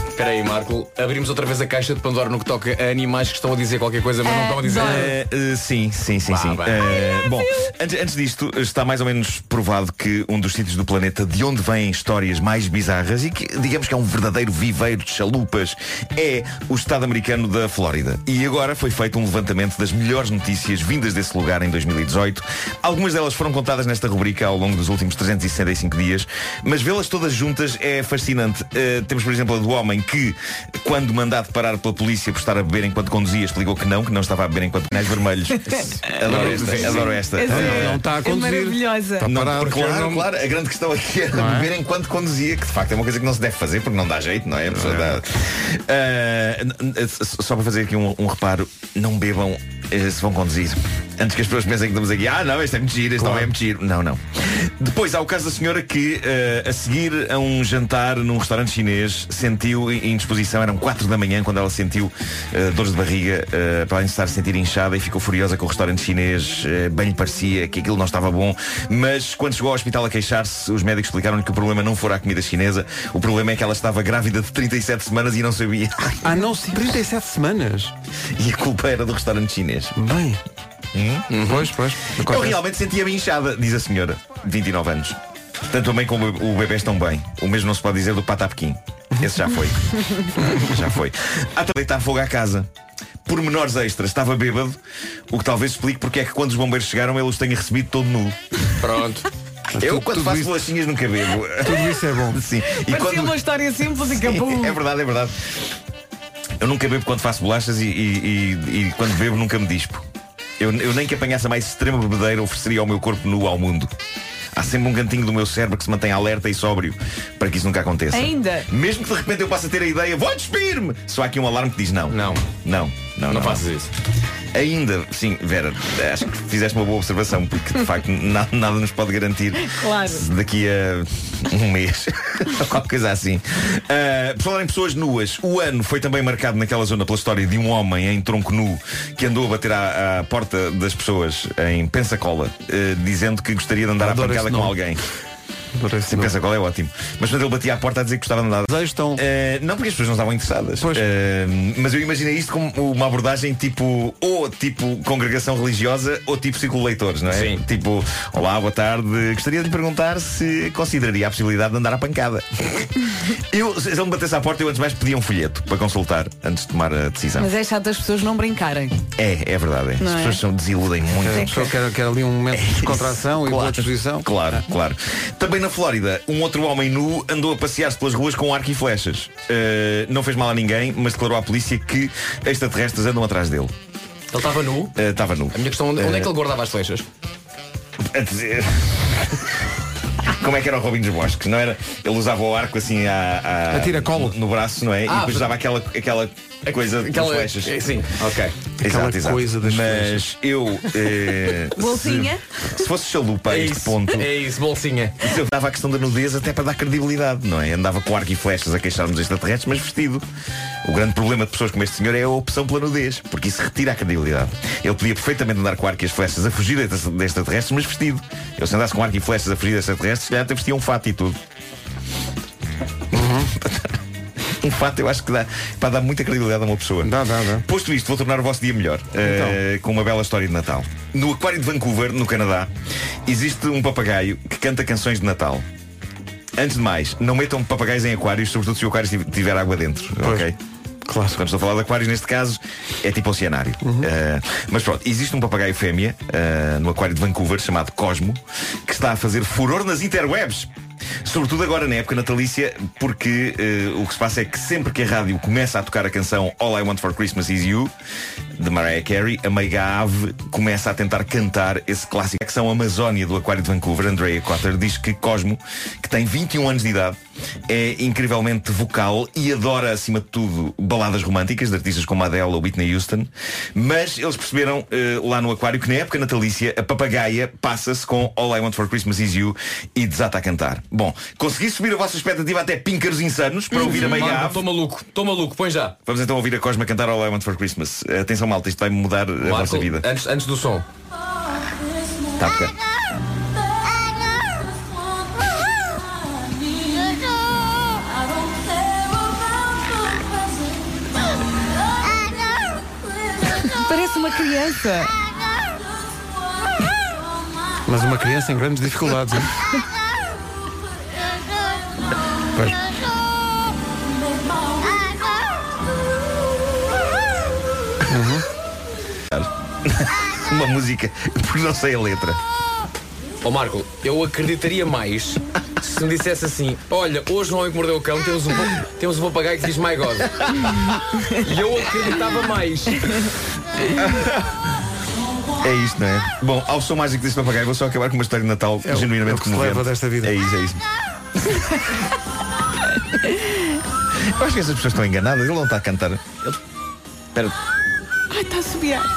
I: Espera aí, Marco. Abrimos outra vez a caixa de Pandora no que toca a animais que estão a dizer qualquer coisa, mas não estão a dizer.
J: Eh, eh, sim, sim, sim, sim. Eh, bom, antes, antes disto, está mais ou menos provado que um dos sítios do planeta de onde vêm histórias mais bizarras e que digamos que é um verdadeiro viveiro de chalupas é o estado americano da Flórida. E agora foi feito um levantamento das melhores notícias vindas desse lugar em 2018. Algumas delas foram contadas nesta rubrica ao longo dos últimos 365 dias, mas vê-las todas juntas é fascinante. Eh, temos, por exemplo, a do homem que, quando mandado parar pela polícia por estar a beber enquanto conduzia, explicou que não, que não estava a beber enquanto canais vermelhos. adoro esta, adoro esta.
A: Não
J: é
A: está
C: É
A: a conduzir. Tá-
C: maravilhosa.
A: Está
J: Não,
A: parado,
J: Tá claro,
A: não-
J: claro, a grande questão aqui era
A: Não é?
J: beber enquanto conduzia, que de facto é uma coisa que não se deve fazer porque não dá jeito, não é? A pessoa dá- Ah, n- n- s- só para fazer aqui um, um reparo, não bebam eh, se vão conduzir. Antes que as pessoas pensem que estamos aqui, ah não, este é muito giro, este não é muito giro. Não, não. Depois há o caso da senhora que eh, a seguir a um jantar num restaurante chinês sentiu em indisposição, eram 4 da manhã quando ela sentiu eh, dores de barriga, eh, para além de estar a sentir inchada e ficou furiosa com o restaurante chinês, eh, bem lhe parecia que aquilo não estava bom, mas quando chegou ao hospital a queixar-se, os médicos explicaram-lhe que o problema não fora a comida chinesa, o problema é que ela estava grávida de 37 semanas e não sabia.
A: Ah, não, 37 semanas.
J: E a culpa era do restaurante chinês.
A: Bem. Hum?
J: Hum?
A: Pois, pois.
J: Eu realmente sentia-me inchada, diz a senhora, de 29 anos. Tanto a mãe como o bebê estão bem. O mesmo não se pode dizer do patapquim. Esse já foi. já foi. Há também deitar fogo à casa. Por menores extras, estava bêbado, o que talvez explique porque é que quando os bombeiros chegaram ele os tenha recebido todo nu. Pronto. Eu
A: Tudo-
J: quando
A: tudo
J: faço
A: isso-
J: bolachinhas nunca bebo.
A: Tudo isso é bom.
J: Sim. E
C: Parecia
J: quando...
C: uma história simples e acabou.
J: É verdade, é verdade. Eu nunca bebo quando faço bolachas e, e- e- e quando bebo nunca me dispo. Eu, eu nem que apanhasse a mais extrema bebedeira ofereceria ao meu corpo nu ao mundo. Há sempre um cantinho do meu cérebro que se mantém alerta e sóbrio para que isso nunca aconteça.
N: Ainda.
J: Mesmo que de repente eu passe a ter a ideia, vou despir-me! Só há aqui um alarme que diz não. Não. Não. Não, não,
I: faças
J: isso. Ainda, sim, Vera, acho que fizeste uma boa observação, porque de facto na- nada nos pode garantir
N: Claro.
J: se daqui a um mês ou qualquer coisa assim. Ah, por falar em pessoas nuas, o ano foi também marcado naquela zona pela história de um homem em tronco nu que andou a bater à, à porta das pessoas em Pensacola, eh, dizendo que gostaria de andar
A: Adoro
J: à
A: esse
J: pancada com
A: nome.
J: alguém. Sim, pensa qual é ótimo. Mas quando ele batia à porta a dizer que gostava de andar. Eh, não porque as pessoas não estavam interessadas. Eh, mas eu imaginei isto como uma abordagem tipo ou tipo congregação religiosa ou tipo círculo de leitores, não é? Sim. Tipo, olá, boa tarde. Gostaria de lhe perguntar se consideraria a possibilidade de andar à pancada. eu, se ele me batesse à porta, eu antes de mais pedia um folheto para consultar antes de tomar a decisão.
C: Mas é chato as pessoas não brincarem.
J: É, é verdade. É.
C: Não
J: As
C: é?
J: pessoas são, desiludem muito.
A: A pessoa quer, quer ali um momento de contração e boa disposição.
J: É Claro, claro. Também na Flórida, um outro homem nu andou a passear-se pelas ruas com arco e flechas. Uh, não fez mal a ninguém, mas declarou à polícia que extraterrestres andam atrás dele.
I: Ele estava nu.
J: Uh, Estava nu.
I: A minha questão onde, onde é que ele guardava as flechas?
J: A dizer- Como é que era o Robin dos Bosques? Não era? Ele usava o arco assim a,
A: A tiracolo.
J: no braço, não é? e
A: Ah,
J: depois usava aquela, aquela coisa
A: aquela-
J: das flechas.
A: é,
I: sim.
J: ok.
A: Aquela
J: Exato, exato.
A: coisa das
J: Mas eu. eh,
I: Bolsinha?
J: Se, se fosse chalupa a este ponto.
I: É isso, bolsinha.
J: Eu dava a questão da nudez até para dar credibilidade, não é? Andava com arco e flechas a queixarmos extraterrestres, mas vestido. O grande problema de pessoas como este senhor é a opção pela nudez, porque isso retira a credibilidade. Ele podia perfeitamente andar com arco e as flechas a fugir de de extraterrestres, mas vestido. Eu se andasse com arco e flechas a fugir de extraterrestres, se calhar até vestia um fato e tudo. Um fato eu acho que dá para dar muita credibilidade a uma pessoa. Dá, dá, dá. Posto isto, vou tornar o vosso dia melhor. eh, com uma bela história de Natal. No Aquário de Vancouver, no Canadá, existe um papagaio que canta canções de Natal. Antes de mais, não metam papagaios em aquários, sobretudo se o aquário tiv- tiver água dentro. Ok? Claro. Quando estou a falar de aquários, neste caso, é tipo oceanário. Eh, mas pronto, existe um papagaio fêmea eh, no aquário de Vancouver chamado Cosmo que está a fazer furor nas interwebs. Sobretudo agora na época natalícia, porque eh, o que se passa é que sempre que a rádio começa a tocar a canção All I Want for Christmas Is You, de Mariah Carey, a meiga ave começa a tentar cantar esse clássico. É A ação Amazónia do Aquário de Vancouver, Andrea Cotter, diz que Cosmo, que tem 21 anos de idade, é incrivelmente vocal e adora, acima de tudo, baladas românticas de artistas como Adele ou Whitney Houston, mas eles perceberam eh, lá no Aquário que na época natalícia a papagaia passa-se com All I Want for Christmas Is You e desata a cantar. Bom, consegui subir a vossa expectativa até píncaros insanos para
I: Uhum.
J: ouvir a meia ave.
I: Estou maluco, estou maluco, põe já.
J: Vamos então ouvir a Cosma cantar All I Want for Christmas. Atenção malta, isto vai mudar É a vossa vida.
I: Antes, antes do som.
J: Tá, ok.
C: Parece uma criança.
A: É. Mas uma criança em grandes dificuldades. hein? Pois.
J: Uma música, porque não sei a letra.
I: Ó Marco, eu acreditaria mais se me dissesse assim, olha, hoje no Homem que Mordeu o Cão temos um, pa- temos um papagaio que diz My God. E eu acreditava mais.
J: É isto, não é? Bom, ao som mágico desse papagaio, vou só acabar com uma história de Natal
A: É o-
J: genuinamente
A: é o que se
J: comovente.
A: leva desta vida.
J: É isso, é isso. Eu acho que essas pessoas estão enganadas, ele não está a cantar. Ele... Espera,
C: Ai, está
A: tá
C: a subir.
J: está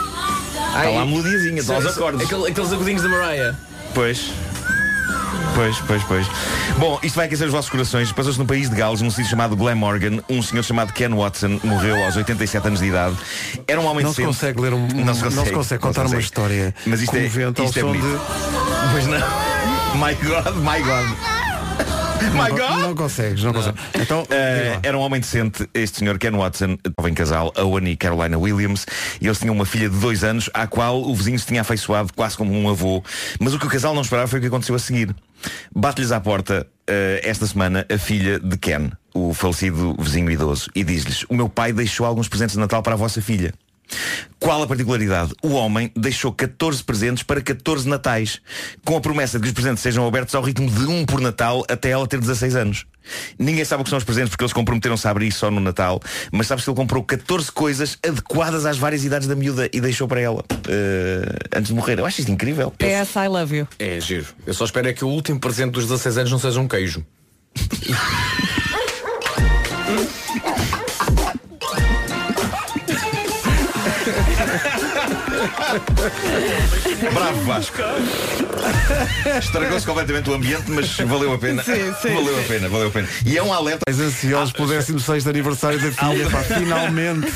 J: lá a melodiazinha, está lá os
I: Sim, sim.
J: acordes.
I: Aquele- aqueles agudinhos da Mariah.
J: Pois. Pois, pois, pois. Bom, isto vai aquecer os vossos corações. Passou-se no país de Gales, num sítio chamado Glamorgan. Um senhor chamado Ken Watson morreu aos 87 anos de idade. Era um homem
A: Não se
J: decente.
A: consegue ler um-
J: Não se consegue,
A: não se consegue
J: não
A: contar uma
J: consegue.
A: história
J: Mas isto é,
A: comovente ao
J: isto é
A: som
J: bonito. Pois não. My God, my God. My God!
A: Não consegues, não, consegues. Então,
J: Eh, era um homem decente, este senhor Ken Watson, estava em casal, a Owen e Carolina Williams, e eles tinham uma filha de dois anos, à qual o vizinho se tinha afeiçoado quase como um avô. Mas o que o casal não esperava foi o que aconteceu a seguir. Bate-lhes à porta, eh, esta semana, a filha de Ken, o falecido vizinho idoso, e diz-lhes, o meu pai deixou alguns presentes de Natal para a vossa filha. Qual a particularidade? O homem deixou 14 presentes para 14 natais, com a promessa de que os presentes sejam abertos ao ritmo de um por Natal até ela ter 16 anos. Ninguém sabe o que são os presentes porque eles comprometeram-se a abrir só no Natal, mas sabes que ele comprou 14 coisas adequadas às várias idades da miúda e deixou para ela eh, antes de morrer. Eu acho isto incrível.
C: PS, I love you.
I: É giro. Eu só espero é que o último presente dos 16 anos não seja um queijo.
J: Bravo Vasco. Estragou-se completamente o ambiente, mas valeu a pena.
A: Sim, sim,
J: valeu a
A: sim.
J: pena, valeu a pena. E é um alerta.
A: Mais ansiosos
J: eh,
A: pelo 16 aniversário da filha, pá, finalmente.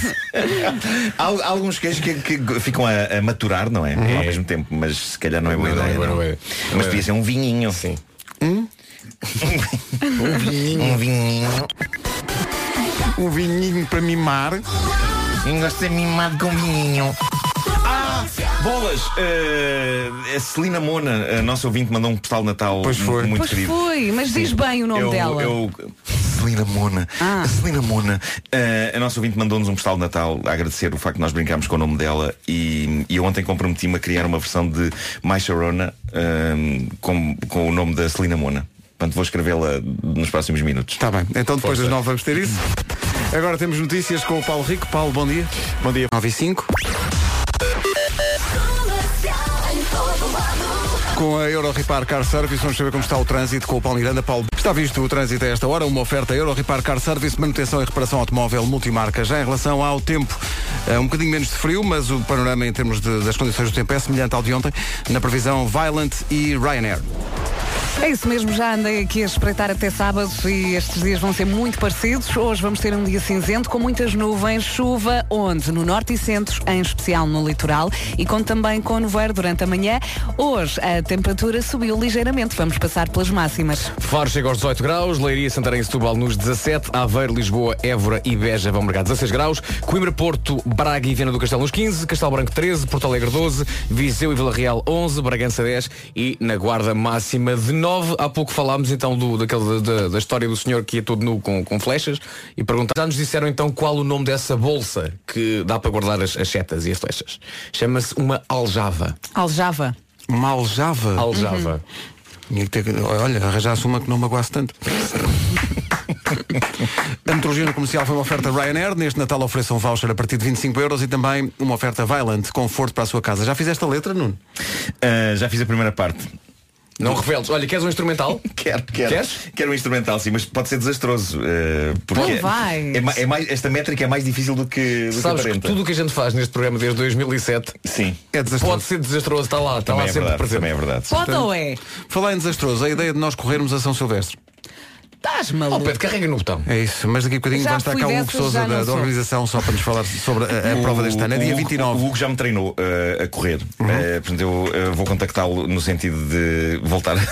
J: Há, há alguns queijos que, que ficam a, a maturar, não é? Ao mesmo tempo, mas se calhar não é boa ideia. não. Mas podia ser um vinhinho. Sim.
A: Um vinhinho.
J: Um vinhinho.
A: Um vinhinho para mimar.
J: Eu gosto de ser mimado com vinhinho. Ah, bolas! Eh, a Celina Mona, a nossa ouvinte, mandou um postal de Natal mu- muito
C: pois
J: querido.
C: foi, mas diz
J: Sim.
C: bem o nome
J: eu,
C: dela. Ah.
J: Eu... Celina Mona. A Celina Mona. eh, a nossa ouvinte mandou-nos um postal de Natal a agradecer o facto de nós brincarmos com o nome dela e, e eu ontem comprometi-me a criar uma versão de My Sharona ehm, com, com o nome da Celina Mona. Portanto, vou escrevê-la nos próximos minutos.
A: Está bem. Então depois das 9 vamos ter isso. Agora temos notícias com o Paulo Rico. Paulo, bom dia. Bom dia. 9 e 5. Com a Euro Repar Car Service, vamos saber como está o trânsito com o Paulo Miranda. Paulo, está visto o trânsito a esta hora, uma oferta Euro Repar Car Service, manutenção e reparação automóvel multimarca. Já em relação ao tempo, é um bocadinho menos de frio, mas o panorama em termos de- das condições do tempo é semelhante ao de ontem, na previsão Violent e Ryanair.
C: É isso mesmo, já andei aqui a espreitar até sábado e estes dias vão ser muito parecidos. Hoje vamos ter um dia cinzento com muitas nuvens, chuva, onde? No norte e centro, em especial no litoral, e com também com nevoeiro durante a manhã. Hoje a temperatura subiu ligeiramente, vamos passar pelas máximas.
I: Faro chega aos 18 graus, Leiria, Santarém e Setúbal nos 17, Aveiro, Lisboa, Évora e Beja vão marcar 16 graus, Coimbra, Porto, Braga e Viana do Castelo nos 15, Castelo Branco 13, Porto Alegre 12, Viseu e Vila Real 11, Bragança 10 e na guarda máxima de 9. Há pouco falámos então do, daquele, da, da- da história do senhor que ia todo nu com, com flechas e perguntar. Já nos disseram então qual o nome dessa bolsa que dá para guardar as, as setas e as flechas. Chama-se uma aljava. Uhum.
C: Aljava.
A: Uma aljava?
I: Aljava.
A: Tinha que ter, que- olha, arranjasse uma que não magoasse tanto. A metrologia no comercial foi uma oferta Ryanair. Neste Natal ofereçam um voucher a partir de 25 euros e também uma oferta Violent, conforto para a sua casa. Já fizeste a letra, Nuno?
J: Eh, já fiz a primeira parte.
I: Não reveles. Olha, queres um instrumental?
J: quero, quero.
I: Queres?
J: Quero um instrumental, sim, mas pode ser desastroso. eh, porque
I: Não vais.
J: é ma- é mais, esta métrica é mais difícil do que, do que
I: Sabes que
J: aparenta.
I: tudo o que a gente faz neste programa desde 2007
J: Sim.
A: É desastroso.
I: pode ser desastroso, está lá, está
J: Também
I: lá
J: é
I: sempre
J: verdade,
I: presente.
J: também é verdade.
C: Pode ou é?
A: Falar em desastroso, a ideia de nós corrermos a São Silvestre.
C: Estás
J: oh,
C: maluco.
I: Oh, Pedro, carrega no botão.
A: É isso, mas daqui a bocadinho
C: Já
A: vai estar
C: fui
A: cá o Hugo
C: dessas,
A: Sousa
C: já não
A: da, da
C: sou.
A: organização só para nos falar sobre a, a prova deste ano. É dia
J: O Hugo-
A: 29.
J: O Hugo já me treinou eh, a correr.
A: Uhum.
J: Eh, portanto, eu eh, vou contactá-lo no sentido de voltar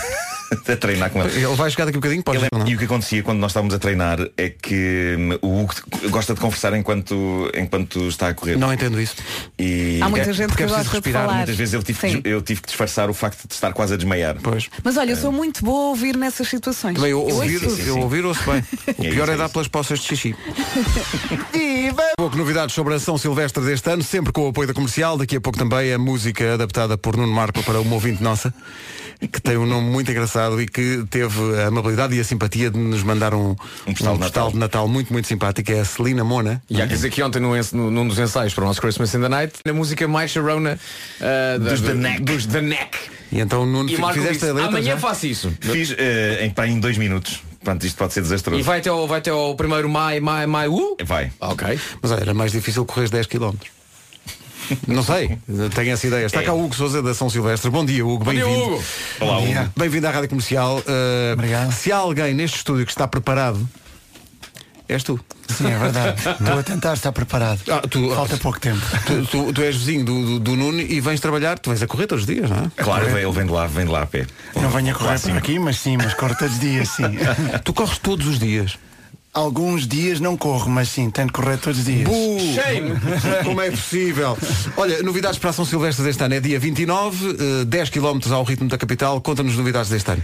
J: a treinar com ele.
A: Ele vai chegar daqui a bocadinho, pode é?
J: Ele- é E o que acontecia quando nós estávamos a treinar é que hum, o Hugo gosta de conversar enquanto, enquanto está a correr.
A: Não entendo isso.
J: E
C: Há muita
J: é-
C: gente
J: porque
C: que
J: é preciso
C: gosta de
J: respirar.
C: falar.
J: Muitas vezes eu tive,
C: Sim.
J: que, eu tive que disfarçar o facto de estar quase a desmaiar.
A: Pois.
C: Mas olha, eu
J: Ah.
C: sou muito boa a ouvir nessas situações.
A: Também eu
C: ouço
A: ouvir,
C: tudo.
A: eu ouvir ouço bem. O pior é, dar pelas poças de xixi. Pouco novidades sobre a São Silvestre deste ano, sempre com o apoio da comercial. Daqui a pouco também a música adaptada por Nuno Marco para uma ouvinte nossa, que tem um nome muito engraçado e que teve a amabilidade e a simpatia de nos mandar um, um postal, de, Natal. muito, muito simpático. É a Celina Mona.
I: E há que dizer que ontem num, ens- num dos ensaios para o nosso Christmas in the Night, na música mais charona ah, da-
J: Dos
I: do-
J: The Neck.
I: Dos The Neck.
A: E então Nuno
I: E Marco disse, amanhã faço isso.
J: Fiz eh, em, pá, em dois minutos. Pronto, isto pode ser desastroso.
I: E vai até ao, vai até ao primeiro Mai, Mai, Mai, U?
J: Vai.
I: Ok.
A: Mas olha, era mais difícil correr 10 km. Não sei, tenho essa ideia. Está cá o Hugo Souza da São Silvestre. Bom dia, Hugo,
I: É. dia,
A: bem-vindo.
I: Hugo. Olá,
A: Bom dia.
I: Hugo.
A: Bem-vindo à Rádio Comercial. Uh, Se há alguém neste estúdio que está preparado, és tu. Ah,
O: Sim, é verdade. Estou a tentar estar preparado. Falta pouco tempo.
A: Tu, tu- tu és vizinho do, do, do Nuno e vens trabalhar, tu vais a correr todos os dias, não é?
J: Claro, ele vem de lá, vem de lá a pé.
O: Não venho a correr por
J: Clássico.
O: aqui, mas sim, mas corro todos os dias, sim.
A: tu corres todos os dias?
O: Alguns dias não corro, mas sim, tenho de correr todos os dias.
A: Bu! Como é possível? Olha, novidades para a São Silvestre deste ano é dia 29, eh, 10 km ao ritmo da capital. Conta-nos novidades deste ano.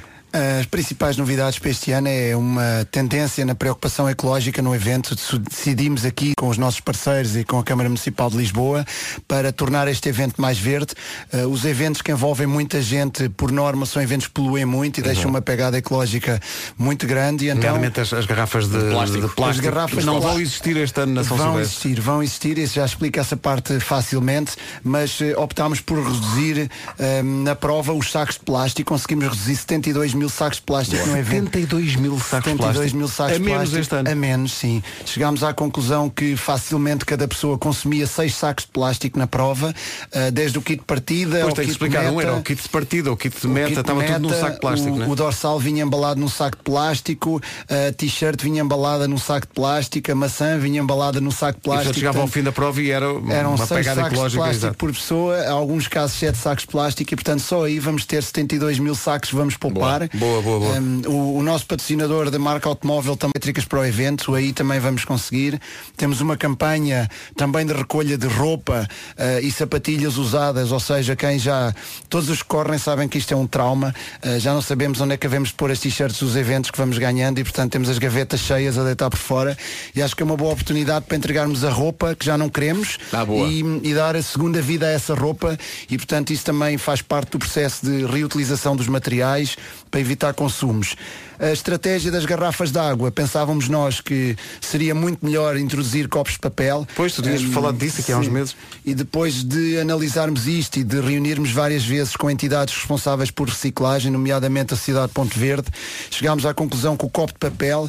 O: As principais novidades para este ano é uma tendência na preocupação ecológica no evento. Su- Decidimos aqui com os nossos parceiros e com a Câmara Municipal de Lisboa para tornar este evento mais verde. Eh, os eventos que envolvem muita gente, por norma, são eventos que poluem muito e deixam uma pegada ecológica muito grande. E então,
A: Uhum. Nomeadamente as, as garrafas de, de plástico,
O: As garrafas
A: não
O: de
A: vão
O: plástico.
A: existir este ano na São
O: vão
A: Silvestre.
O: existir, vão existir, isso já explica essa parte facilmente, mas eh, optámos por reduzir eh, na prova os sacos de plástico, conseguimos reduzir 72 mil sacos de plástico
A: Boa.
O: no evento.
A: 72 mil sacos de
O: 72
A: plástico.
O: mil sacos
A: A
O: de
A: menos
O: plástico,
A: este ano.
O: A menos, sim. Chegámos à conclusão que facilmente cada pessoa consumia 6 sacos de plástico na prova, eh, desde é o kit de partida
A: Depois
O: ao kit
A: tem que explicar,
O: meta,
A: não era o kit de partida, o kit de
O: o
A: meta,
O: kit
A: estava tudo num
O: meta,
A: saco de plástico,
O: o,
A: né?
O: o dorsal vinha embalado num saco de plástico, a t-shirt vinha embalada num saco de plástico, a maçã vinha embalada num saco de
A: E
O: plástico.
A: portanto, chegava ao
O: portanto,
A: fim da prova e era
O: eram
A: uma
O: seis
A: pegada
O: sacos de
A: ecológica.
O: plástico
A: exato.
O: por pessoa, em alguns casos sete sacos de plástico e portanto só aí vamos ter 72 mil sacos que vamos poupar.
A: Boa, boa, boa.
O: Um, o, o nosso patrocinador da marca automóvel também tricas para o evento, aí também vamos conseguir. Temos uma campanha também de recolha de roupa eh, e sapatilhas usadas, ou seja, quem já, todos os que correm sabem que isto é um trauma, eh, já não sabemos onde é que havemos de pôr as t-shirts dos eventos que vamos ganhando e portanto temos as gavetas cheias a deitar por fora e acho que é uma boa oportunidade para entregarmos a roupa que já não queremos
A: Tá
I: Ah, boa.
O: e e dar a segunda vida a essa roupa e portanto isso também faz parte do processo de reutilização dos materiais para evitar consumos. A estratégia das garrafas de água, pensávamos nós que seria muito melhor introduzir copos de papel.
A: Pois, tu tinhas falado disso aqui há uns
O: Hum, sim.
A: meses.
O: E depois de analisarmos isto e de reunirmos várias vezes com entidades responsáveis por reciclagem, nomeadamente a cidade de Ponte Verde, chegámos à conclusão que o copo de papel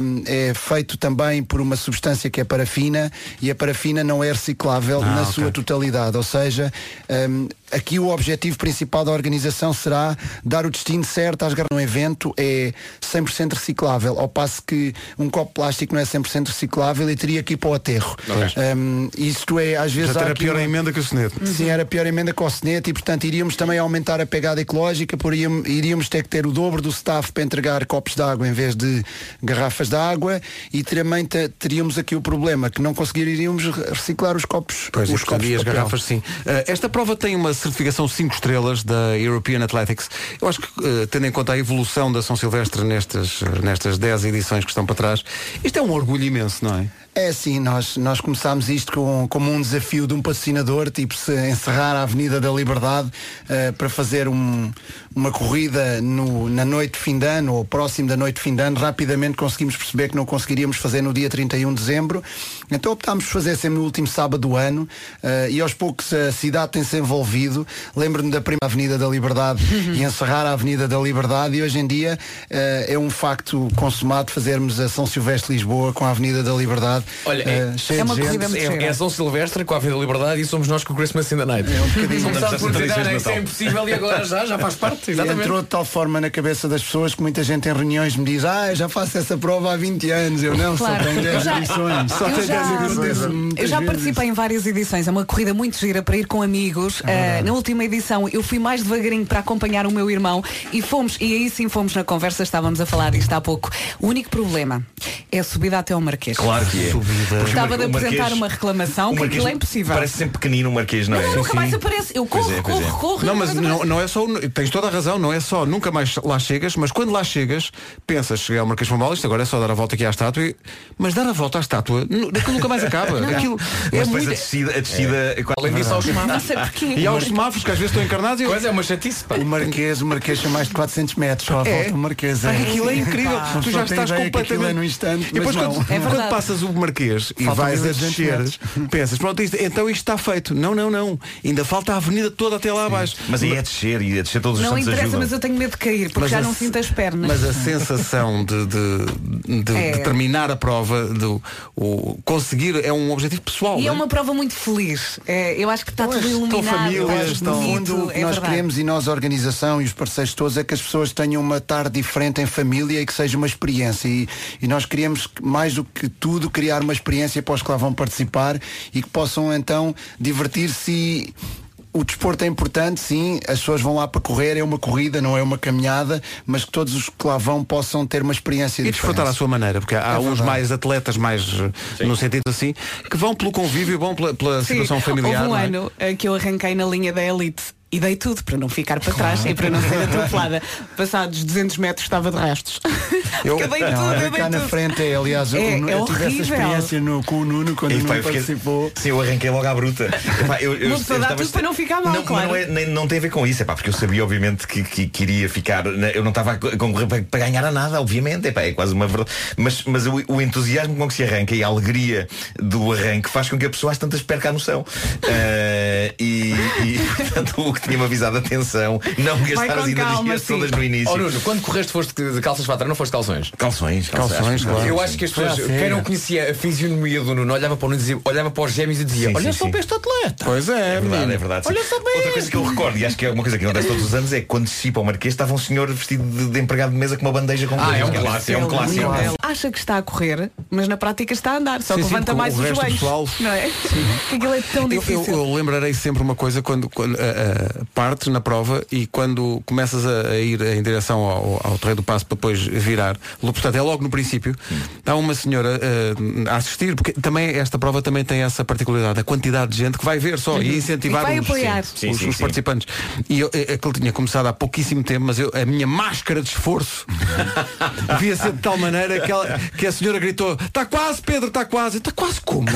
O: hum, é feito também por uma substância que é parafina e a parafina não é reciclável
A: Ah,
O: na
A: ok.
O: sua totalidade. Ou seja, hum, aqui o objetivo principal da organização será dar o destino certo às garrafas. Um evento é 100% reciclável, ao passo que um copo de plástico não é 100% reciclável e teria que ir para o aterro.
A: Ok.
O: Hum, isto é, às vezes.
A: Já
O: há
A: era
O: aqui Hum.
A: pior a
O: uma-
A: emenda que o soneto.
O: Sim, era pior emenda que o Senete e portanto iríamos também aumentar a pegada ecológica, por iam- iríamos ter que ter o dobro do staff para entregar copos de água em vez de garrafas de água e também te- teríamos aqui o problema que não conseguiríamos re- reciclar os copos.
A: Pois,
O: os
A: os
O: copos de
A: e as
O: papel.
A: garrafas, sim. Eh, esta prova tem uma certificação 5 estrelas da European Athletics. Eu acho que, eh, tendo em em conta a evolução da São Silvestre nestas, nestas 10 edições que estão para trás, isto é um orgulho imenso, não é?
O: É sim, nós, nós começámos isto com, como um desafio de um patrocinador, tipo se encerrar a Avenida da Liberdade eh, para fazer um- uma corrida no- na noite de fim de ano ou próximo da noite de fim de ano. Rapidamente conseguimos perceber que não conseguiríamos fazer no dia 31 de dezembro, então optámos por fazer sempre no último sábado do ano eh, e aos poucos a cidade tem-se envolvido. Lembro-me da primeira Avenida da Liberdade e encerrar a Avenida da Liberdade e hoje em dia eh, é um facto consumado fazermos a São Silvestre de Lisboa com a Avenida da Liberdade
I: Olha,
O: eh,
I: é,
O: cheia de gente.
I: é, é São Silvestre com a Vida da Liberdade e somos nós com o Christmas in the Night. É um
O: bocadinho.
I: Começámos por dizer,
O: Tradições de
I: "Ah, isso é
O: Natal."
I: impossível e agora já, já faz parte.
O: E
I: Exatamente.
O: Entrou de tal forma na cabeça das pessoas que muita gente em reuniões me diz Ah, eu já faço essa prova há 20 anos Eu não,
C: Claro.
O: só tenho
C: Eu
O: 10
C: já-
O: edições Só
C: eu
O: tenho
C: já-
O: 10
A: é.
O: edições
C: Eu
O: Muitas
C: já
O: vezes.
C: participei em várias edições, é uma corrida muito gira para ir com
A: É
C: amigos. Eh, na última edição eu fui mais devagarinho para acompanhar o meu irmão e fomos, e aí sim fomos na conversa, estávamos a falar isto há pouco. O único problema é a subida até ao Marquês.
J: Claro que é. Porque
C: Estava
J: o
C: de
J: Mar- o
C: apresentar
J: Marquês-
C: uma reclamação,
J: o
C: que aquilo é
J: Marquês
C: impossível.
J: Parece sempre pequenino o Marquês, não é?
C: Ele nunca mais aparece. Eu corro,
A: é,
C: corro,
A: é.
C: corro.
A: Não,
C: e
A: mas
C: nunca mais
A: não, não é só. o- Tens toda a razão, não é só nunca mais lá chegas, mas quando lá chegas, pensas, cheguei ao Marquês de Pombal, isto agora é só dar a volta aqui à estátua, e- mas dar a volta à estátua, nu- daquilo nunca mais acaba.
J: Não.
A: Aquilo é
J: Mas depois
A: muito.
J: a descida- a descida é quase- Além disso, há os semáforos. Não sei porquê.
A: E há os semáforos que às vezes estão encarnados e eu...
I: Pois é, uma chatice.
O: O Marquês, o Marquês são mais de 400 metros Só a
A: É.
O: volta do Marquês
A: Pá, aquilo é
O: Sim.
A: incrível.
O: Pá,
A: tu
O: só tem
A: já estás
O: ideia que aquilo
A: completamente.
O: é no instante
A: e depois
O: mas
A: quando,
O: não.
A: quando passas o Marquês e
O: Faltam
A: vais a
O: 200
A: descer,
O: metros.
A: pensas, pronto, isto- então isto está feito. Não, não, não. Ainda falta a avenida toda até lá abaixo.
J: Mas aí é descer e a descer todos os
C: Não
J: santos
C: interessa,
J: ajudam.
C: mas eu tenho medo de cair, porque
A: Mas
C: já
A: a
C: não
A: se-
C: sinto as pernas.
A: Mas a sensação de, de- de-
C: É.
A: de terminar a prova, de o- conseguir, é um objetivo pessoal.
C: E é
A: não é?
C: uma prova muito feliz. É, eu acho que está tudo
A: estão
C: iluminado.
A: famílias,
C: eu acho
A: estão-
C: bonito,
O: fundo, o que
C: é
O: nós
C: verdade.
O: queremos e nós, a organização e os parceiros todos, é que as pessoas tenham uma tarde diferente em família e que seja uma experiência. E, e nós queremos, mais do que tudo, criar uma experiência para os que lá vão participar e que possam então divertir-se e. O desporto é importante, sim, as pessoas vão lá para correr, é uma corrida, não é uma caminhada, mas que todos os que lá vão possam ter uma experiência
A: E
O: diferente.
A: desfrutar à sua maneira, porque há
O: É
A: uns
O: verdade.
A: mais atletas, mais eh, no sentido assim, que vão pelo convívio, vão pela, pela
C: Sim,
A: situação familiar.
C: Houve um
A: não é?
C: ano eh, que eu arranquei na linha da elite e dei tudo para não ficar para trás e para não ser atropelada. Passados 200 metros estava de rastos.
O: Eu,
C: Porque eu dei
O: não,
C: tudo,
O: era
C: eu dei
O: cá na
C: tudo.
O: frente, é, aliás,
C: É,
O: eu, eu tive
C: é
O: essa
C: horrível.
O: experiência no, com o Nuno quando o
J: E,
O: Nuno
J: pá, eu fiquei-
O: participou.
J: Sim, eu arranquei logo à bruta. Epá, eu, eu,
C: Uma pessoa dá
J: estava-
C: tudo para não ficar mal,
J: não, mas
C: claro.
J: não, é- nem- não tem a ver com isso, epá, porque eu sabia obviamente que, que queria ficar. na- Eu não estava a concorrer para, para ganhar a nada, obviamente. Epá, é quase uma verdade. Mas, mas o, o entusiasmo com que se arranca e a alegria do arranque faz com que a pessoa às tantas perca a noção. Ah, e, e portanto o que tinha-me avisado atenção, não gastar as energias todas no início.
I: Oh, Nuno, quando correste foste de de calças para trás, não foste calções?
J: Calções, calções, claro.
I: Eu acho que as pessoas,
J: Ah, sim.
I: quem não conhecia a fisionomia do Nuno, olhava para o Nuno e dizia, olhava para os gêmeos e dizia,
J: Sim,
I: olha
J: sim,
I: só
J: sim.
I: para este atleta.
A: Pois é,
J: É verdade, é verdade. sim.
I: Olha só para
J: Outra coisa que eu recordo, e acho que é uma coisa que acontece todos os anos, é que quando se chipa ao Marquês estava um senhor vestido de, de empregado de mesa com uma bandeja com
I: Ah,
J: coisas.
I: é um
J: Aquela-
I: clássico,
J: É um clássico.
C: Ele acha que está a correr, mas na prática está a andar, só
A: Sim,
C: que
A: sim,
C: levanta
A: porque
C: mais
A: o
C: os
A: resto do
C: joelhos.
A: pessoal-
C: Não é? Porque Aquilo é tão
A: Eu, eu-
C: difícil.
A: eu lembrarei sempre uma coisa quando, quando a, a- parte na prova e quando começas a, a ir em direção ao, ao terreiro do passo para depois virar, lo- portanto é logo no princípio, há uma senhora eh, a assistir, porque também esta prova também tem essa particularidade, a quantidade de gente que vai ver só
C: Uhum.
A: e incentivar
C: E que vai
A: os,
C: apoiar.
A: os-
C: Sim,
A: os
C: sim, sim.
A: participantes. E eu, eh, aquilo tinha começado há pouquíssimo tempo, mas eu, a minha máscara de esforço devia ser de tal maneira que, ela- que a senhora gritou, está quase Pedro, está quase, está quase como?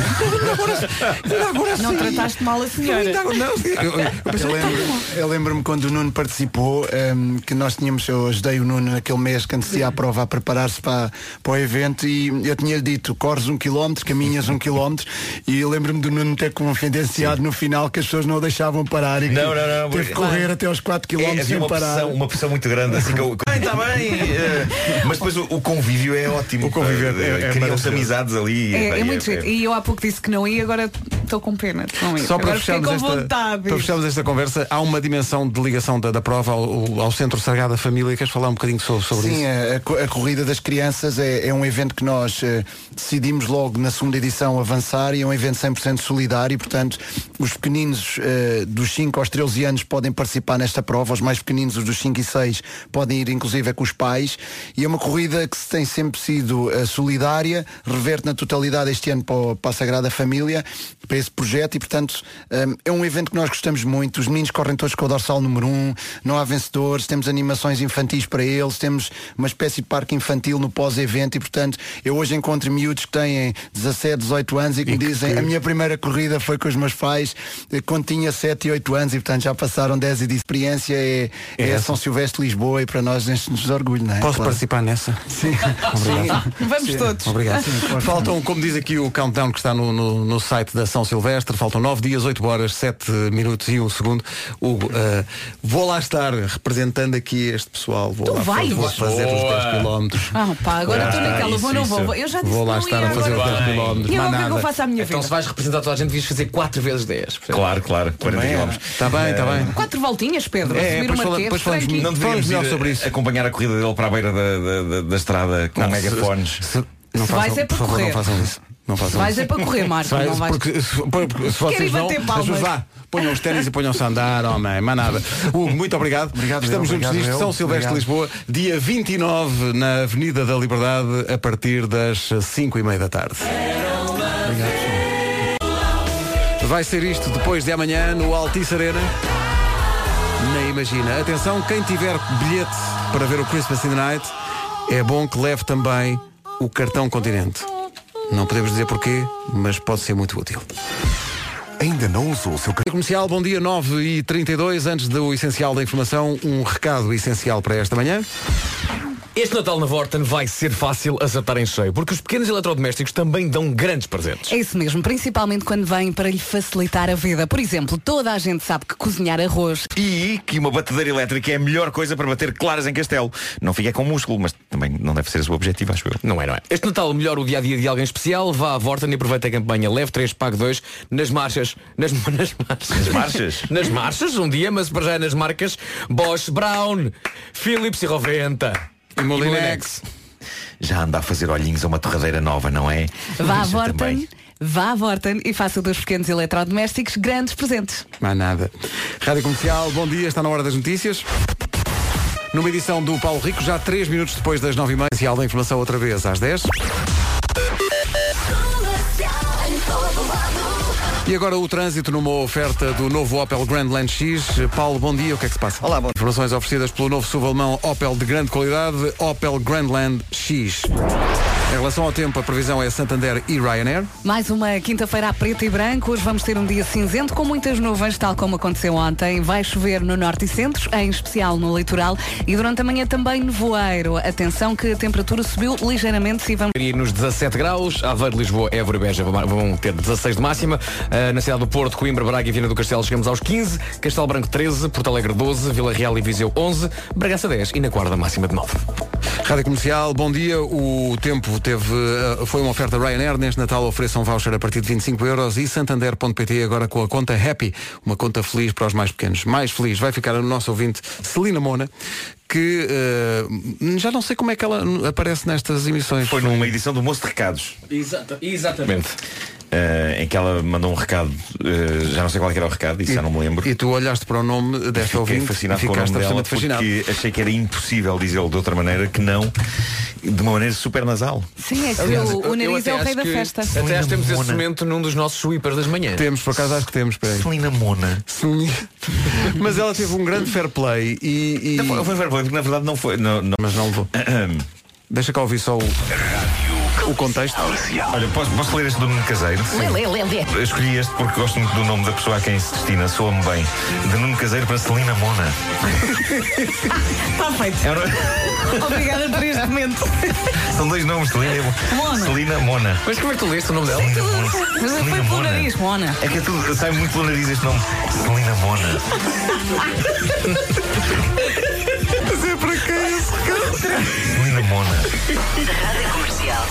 A: Ainda agora
C: Não
A: sim.
C: trataste mal a senhora.
A: Ainda agora- não, sim. então. Eu- eu- eu pensei,
O: Eu lembro- Eu lembro-me quando o Nuno participou, ehm, que nós tínhamos, eu ajudei o Nuno naquele mês que antecia a prova a preparar-se para, para o evento e eu tinha-lhe dito, corres um quilómetro, caminhas um quilómetro e eu lembro-me do Nuno ter confidenciado no final que as pessoas não o deixavam parar e que
J: Não, não, não,
O: teve que
J: porque-
O: correr até aos 4
J: É,
O: quilómetros sem
J: havia uma
O: parar.
J: pressão, uma pressão muito grande assim que eu, Bem, tá bem, eh, mas depois o, o convívio é ótimo o convívio
A: é- é
J: criam-se
A: maravilhoso.
J: amizades ali
C: É,
J: pá,
C: é
J: e
C: muito giro.
J: é-
C: E eu há pouco disse que não ia, agora estou com pena de não ir.
A: Só para
C: agora fiquei
A: fecharmos,
C: com
A: esta,
C: vontade.
A: para fecharmos esta conversa, há uma dimensão de ligação da, da prova ao, ao Centro Sagrado da Família. Queres falar um bocadinho sobre, sobre
O: Sim, é,
A: isso?
O: a- a, co- a Corrida das Crianças é, é um evento que nós eh, decidimos logo na segunda edição avançar e é um evento 100% solidário, portanto, os pequeninos eh, dos 5 aos 13 anos podem participar nesta prova, os mais pequeninos, os dos 5 e 6, podem ir inclusive é com os pais e é uma corrida que se tem sempre sido eh, solidária, reverte na totalidade este ano para, o- para a Sagrada Família, para esse projeto e, portanto, hum, é um evento que nós gostamos muito. Os meninos correm todos com o dorsal número 1, um, não há vencedores, temos animações infantis para eles, temos uma espécie de parque infantil no pós-evento e, portanto, eu hoje encontro miúdos que têm 17, 18 anos e que me dizem a minha primeira corrida foi com os meus pais eh, quando tinha 7 e 8 anos e, portanto, já passaram 10 e de experiência. É,
A: É
O: é,
A: essa.
O: São Silvestre Lisboa e para nós enche-nos de orgulho, não é?
A: Posso
O: Claro.
A: participar nessa?
O: Sim.
A: Obrigado.
O: Sim. Vamos Sim. todos.
A: Obrigado.
O: Sim, claro.
A: Faltam, como diz aqui o countdown que está no, no- no site da São Silvestre, faltam 9 dias, 8 horas, 7 minutos e 1 segundo. Hugo, eh, vou lá estar representando aqui este pessoal. Vou
C: Tu
A: lá fa-
C: vais?
A: vou fazer
C: Boa.
A: os 10 quilómetros.
C: Ah, pá, agora
A: Ah,
C: estou naquela,
A: isso,
C: vou não vou.
A: isso.
C: vou. Eu já disse
A: Vou
C: que
A: lá
C: não
A: estar
C: ia
A: a fazer os
C: agora.
A: 10
C: E
A: quilómetros.
C: agora
A: mais
C: o que é que eu
A: nada.
C: faço à minha vida?
I: Então se vais representar toda a gente, devias fazer 4 vezes 10.
J: é- Claro, claro. 40 km.
A: Está Tá bem, está bem.
C: Quatro voltinhas,
A: É,
C: Pedro, a subir uma terça, tranquilo.
J: não devíamos ir a- acompanhar a corrida dele para a beira da, da- da- da estrada com
A: Não, se-
J: É, megafones.
A: Não
C: Se vais
A: façam-
C: é para
A: por favor,
C: correr.
A: não façam isso. Não façam
C: Vais
A: isso.
C: é para correr, Marco,
A: Se vais-
C: não vais-
A: Porque se, porque se
C: Querem
A: vocês vão,
C: bater
A: as
C: palmas.
A: pessoas vá, ponham os ténis e ponham-se a andar, homem, mais nada. Hugo, muito obrigado.
O: Obrigado,
A: Estamos
O: eu,
A: juntos
O: obrigado,
A: disto,
O: eu.
A: São Silvestre
O: Obrigado.
A: Lisboa, dia 29 na Avenida da Liberdade, a partir das 5 e meia da tarde. Vai ser isto depois de amanhã no Altice Arena. Nem imagina. Atenção, quem tiver bilhete para ver o Christmas in the Night, é bom que leve também o cartão Continente. Não podemos dizer porquê, mas pode ser muito útil. Ainda não usou o seu cartão comercial. Bom dia, 9 e 32 Antes do essencial da informação, um recado essencial para esta manhã.
I: Este Natal na Vorten vai ser fácil acertar em cheio, porque os pequenos eletrodomésticos também dão grandes presentes.
C: É isso mesmo, principalmente quando vêm para lhe facilitar a vida. Por exemplo, toda a gente sabe que cozinhar arroz
J: E que uma batedeira elétrica é a melhor coisa para bater claras em castelo. Não fica com músculo, mas também não deve ser o seu objetivo, acho eu.
I: Não é, não é. Este Natal melhor o dia-a-dia de alguém especial. Vá à Vorten e aproveita a campanha Leve 3, Pague 2 nas marchas. Nas, nas marchas. Nas
J: marchas?
I: nas marchas, um dia, mas para já é nas marcas Bosch, Brown, Philips e Roventa. E Molinex.
J: Já anda a fazer olhinhos a uma torradeira nova, não é?
C: Vá à
J: Isso
C: Vorten, vá à Vorten e faça dos pequenos eletrodomésticos grandes presentes.
A: Mais nada. Rádio Comercial, bom dia, está na hora das notícias. Numa edição do Paulo Rico, já 3 minutos depois das 9h30, essencial da informação outra vez às 10. Uhum. E agora o trânsito numa oferta do novo Opel Grand Land X. Paulo, bom dia, o que é que se passa? Olá, bom Informações oferecidas pelo novo SUV alemão Opel de grande qualidade, Opel Grand Land X. Em relação ao tempo, a previsão é Santander e Ryanair.
C: Mais uma quinta-feira a preto e branco. Hoje vamos ter um dia cinzento com muitas nuvens, tal como aconteceu ontem. Vai chover no norte e centro, em especial no litoral. E durante a manhã também nevoeiro. Atenção que a temperatura subiu ligeiramente e vamos...
I: E nos 17 graus, Aveiro, Lisboa, Évora e Beja vão ter 16 de máxima. Ah, na cidade do Porto, Coimbra, Braga e Viana do Castelo chegamos aos 15, Castelo Branco 13, Porto Alegre 12, Vila Real e Viseu 11, Bragança 10 e na Guarda máxima de 9.
A: Rádio Comercial, bom dia. O tempo teve, eh, foi uma oferta Ryanair. Neste Natal ofereçam voucher a partir de 25 euros e santander.pt agora com a conta Happy, uma conta feliz para os mais pequenos. Mais feliz vai ficar o nosso ouvinte Celina Mona, que eh, já não sei como é que ela n- aparece nestas emissões.
J: Foi numa edição do Moço de Recados.
I: exatamente.
J: eh, em que ela mandou um recado, eh, já não sei qual é que era o recado, isso já não me lembro.
A: E tu olhaste para o nome desta
J: Fiquei
A: ouvinte e
J: fascinado com o
A: ficaste
J: nome dela
A: absolutamente fascinado.
J: porque achei que era impossível dizê-lo de outra maneira que não de uma maneira super nasal.
C: Sim, é que
I: Aliás,
C: o, o
I: eu
C: nariz
I: até
C: é o
I: acho
C: rei da
I: que-
C: festa.
I: Até acho que temos esse
J: Mona.
I: momento num dos nossos sweepers das manhãs.
A: Temos, por acaso acho que temos.
J: Celina Mona.
A: Mas ela teve um grande fair play e. e...
J: é Foi fair play, porque na verdade não foi. Não,
A: Mas não levou. Deixa cá ouvir só o, o contexto.
J: Olha, posso, posso ler este do Nuno Caseiro?
C: Lê, lê, lê, lê.
J: Eu escolhi este porque gosto muito do nome da pessoa a quem se destina, soa-me bem. De Nuno Caseiro para Celina Mona.
C: Está feito.
J: É
C: Obrigada por este momento.
J: São dois nomes, Celina e
C: Mona.
J: Celina Mona.
I: Mas como é que tu leste o nome dela?
C: Foi pelo nariz, Mona.
J: É que é tudo, sai muito pelo nariz este nome. Celina Mona.
N: Mas é para quem esse
J: Celina Mona.
N: Rádio Comercial.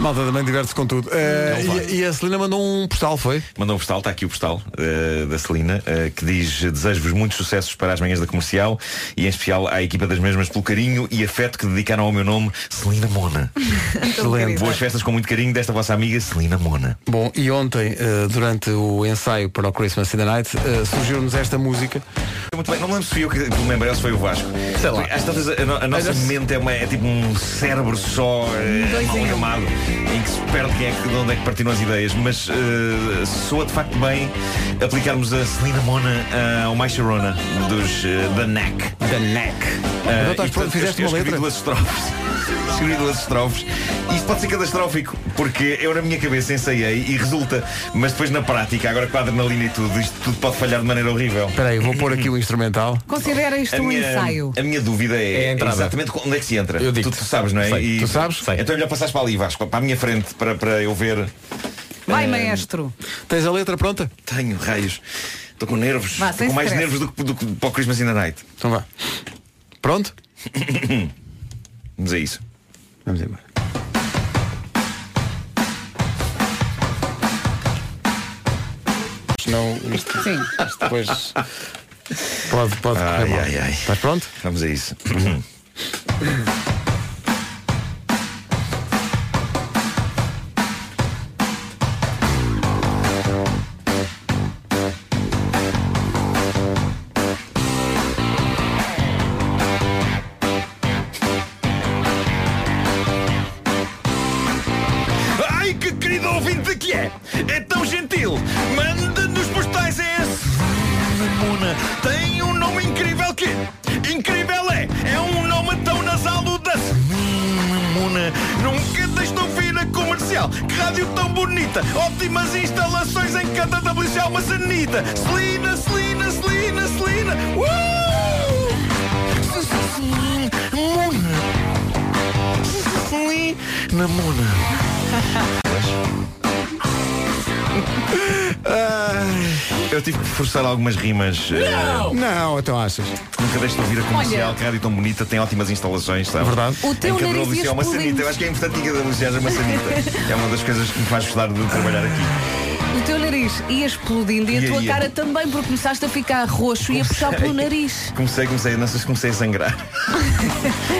A: Malta também diverte-se com tudo. Eh,
J: Não vai.
A: e, e a Celina mandou um postal, foi?
J: Mandou um postal, está aqui o postal eh, da Celina, eh, que diz desejo-vos muitos sucessos para as manhãs da comercial e em especial à equipa das mesmas pelo carinho e afeto que dedicaram ao meu nome, Celina Mona.
A: Excelente.
J: Boas festas com muito carinho desta vossa amiga Celina Mona.
A: Bom, e ontem, eh, durante o ensaio para o Christmas in the Night, eh, surgiu-nos esta música.
J: Muito bem, não me lembro se fui eu que que me lembrei ou se foi o Vasco.
A: Sei lá.
J: Às tantas, a, no- a nossa mente é, uma- é tipo um cérebro só eh,
A: Dois em um.
J: amalgamado. em que se perde quem é que- de onde é que partiram as ideias, mas eh, soa de facto bem aplicarmos a Celina Mona eh, ao Mais Sharona dos eh, The Knack. The Knack.
A: Então estás pronto, fizeste
J: eu,
A: uma
J: escrevi
A: letra?
J: duas estrofes. escrevi duas estrofes. Isto pode ser catastrófico, porque eu na minha cabeça ensaiei e resulta, mas depois na prática, agora com a adrenalina e tudo, isto tudo pode falhar de maneira horrível.
A: Espera aí, vou pôr aqui o instrumental.
C: Considera isto
J: A
C: um
J: minha-
C: ensaio.
J: A minha dúvida é,
A: É a entrada.
J: exatamente onde é que se entra. tu, tu sabes, não é?
A: Sei. Tu
J: sabes? Então é melhor passares para ali, Vasco, para a minha frente, para, para eu ver.
C: Vai,
J: Eh,
C: maestro.
A: Tens a letra pronta?
J: Tenho, raios. Estou com nervos.
C: Vá,
J: Estou
C: sem
J: com mais
C: stress.
J: nervos do que, do que para o Christmas in the Night.
A: Então vá. Pronto?
J: Vamos a isso.
A: Vamos embora. Senão isto
C: Sim.
A: depois pode, pode correr mal. Estás pronto?
J: Vamos a isso. Ai, que querido ouvinte que é! É tão gentil! Manda-nos postais é esse! Mona tem um nome incrível que... Incrível é! É um nome tão nasal do da... Mona Nunca deixe de ouvir a comercial! Que rádio tão bonita! Ótimas instalações em cada WC há uma sanita! Celina, Celina, Celina, Celina! Uh! Mona! Celina Mona! Eu tive que forçar algumas rimas. eh,
A: Não, então achas?
J: Nunca deixe de ouvir a comercial,
C: Olha.
J: que rádio tão bonita, tem ótimas instalações, sabe?
A: Verdade.
C: O teu
J: em cada
C: um nariz
J: WC
C: ia
J: há uma
C: explodindo.
J: sanita. Eu acho que é importante que cada WC haja uma sanita. é uma das coisas que me faz gostar de trabalhar aqui.
C: O teu nariz ia explodindo e a
J: Ia,
C: tua
J: ia.
C: cara também, porque começaste a ficar roxo e a puxar pelo nariz.
J: Comecei, comecei, não sei se comecei a sangrar.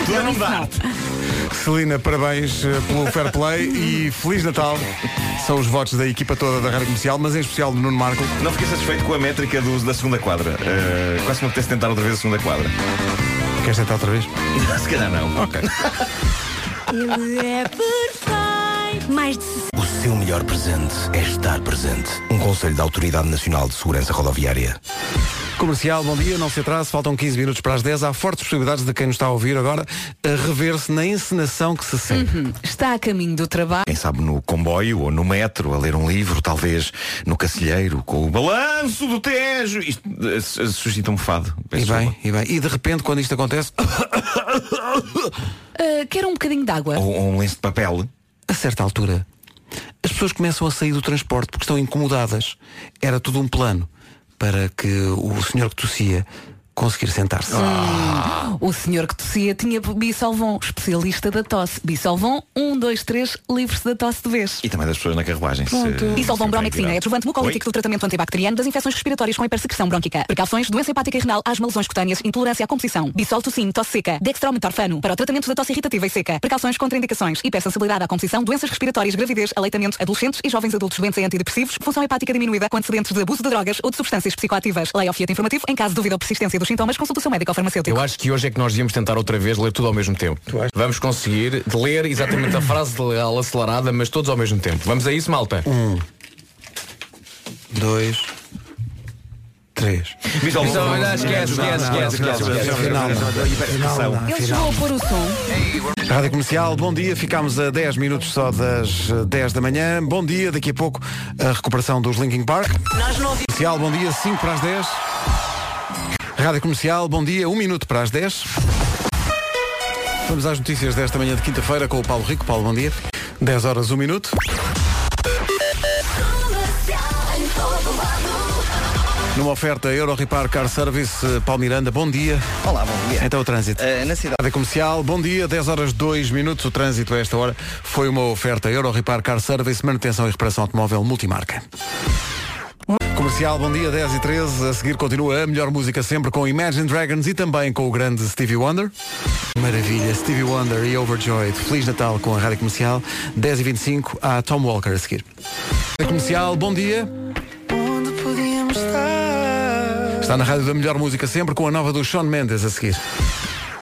J: Tudo é novidade.
A: Celina, parabéns eh, pelo fair play e Feliz Natal. São os votos da equipa toda da Rádio Comercial, mas em especial do Nuno Marco.
J: Não fiquei satisfeito com a métrica do uso da segunda quadra. Eh, quase me apetece tentar outra vez a segunda quadra.
A: Queres tentar é outra vez?
J: se calhar não. Ok.
P: Ele é perfeito. Mais de
Q: O seu melhor presente é estar presente. Um conselho da Autoridade Nacional de Segurança Rodoviária.
A: Comercial, bom dia, não se atrase, faltam 15 minutos para as 10. Há fortes possibilidades de quem nos está a ouvir agora a rever-se na encenação que se sente.
C: Uhum. Está a caminho do trabalho.
J: Quem sabe no comboio ou no metro, a ler um livro, talvez no cacilheiro, com o balanço do Tejo. Isto eh, su- suscita-me fado.
A: E bem, e bem. E de repente, quando isto acontece,
C: Ah, quero um bocadinho de água.
J: ou, ou um lenço de papel.
A: a certa altura, as pessoas começam a sair do transporte porque estão incomodadas. Era tudo um plano para que o senhor que tossia conseguir sentar-se.
I: Ah.
C: Hum, O senhor que tossia tinha Bissolvon, especialista da tosse. um, Bissolvon, 1, 2, 3, livre-se da tosse de vez.
J: E também das pessoas na carruagem.
C: Pronto. Dissolvam bromexina, é adjuvante mucolítico
J: Oi?
C: do tratamento antibacteriano das infecções respiratórias com hipersecreção brônquica, precauções, doença hepática e renal, asma, lesões cutâneas, intolerância à composição, bisoltocin, tosse seca, dextrometorfano, para o tratamento da tosse irritativa e seca, precauções contra indicações, hipersensibilidade à composição, doenças respiratórias, gravidez, aleitamento, adolescentes e jovens adultos doentes em antidepressivos, função hepática diminuída com antecedentes de abuso de drogas ou de substâncias psicoativas. Lei ao Fiat informativo, em caso de dúvida ou persistência dos sintomas, consulta o seu médico ou farmacêutico.
I: Eu acho que hoje é que nós íamos tentar outra vez ler tudo ao mesmo tempo. Vamos conseguir ler exatamente a frase legal acelerada, mas todos ao mesmo tempo. Vamos a isso, malta? Um,
A: dois, três.
I: Bisol,
A: Bisol,
I: não,
A: não,
I: esquece,
A: não,
I: esquece,
A: não,
I: esquece,
A: não,
I: esquece,
A: não,
I: esquece.
A: não, não, não,
I: Hipertensão.
A: não, não,
C: Ele
A: não.
C: chegou a pôr o som.
A: Rádio Comercial, bom dia. Ficámos a 10 minutos só das eh, 10 da manhã. Bom dia, daqui a pouco a recuperação dos Linkin Park.
N: Nós não ouvimos.
A: Comercial, bom dia, 5 para as 10. Rádio Comercial, bom dia, 1 minuto para as 10. Vamos às notícias desta manhã de quinta-feira com o Paulo Rico. Paulo, bom dia. 10 horas, 1 minuto. Numa oferta Euro Repar Car Service, eh, Paulo Miranda, bom dia.
B: Olá, bom dia. Eh,
A: Então o trânsito.
B: na cidade.
A: comercial, bom dia, 10 horas 2 minutos. O trânsito a esta hora foi uma oferta Euro Repar Car Service, manutenção e reparação automóvel multimarca. Comercial, bom dia, 10 e 13. A seguir continua a melhor música sempre com Imagine Dragons e também com o grande Stevie Wonder. Maravilha, Stevie Wonder e Overjoyed. Feliz Natal com a Rádio Comercial. 10 e 25 a Tom Walker a seguir. Rádio Comercial, bom dia. Está na rádio da melhor música sempre com a nova do Sean Mendes a seguir.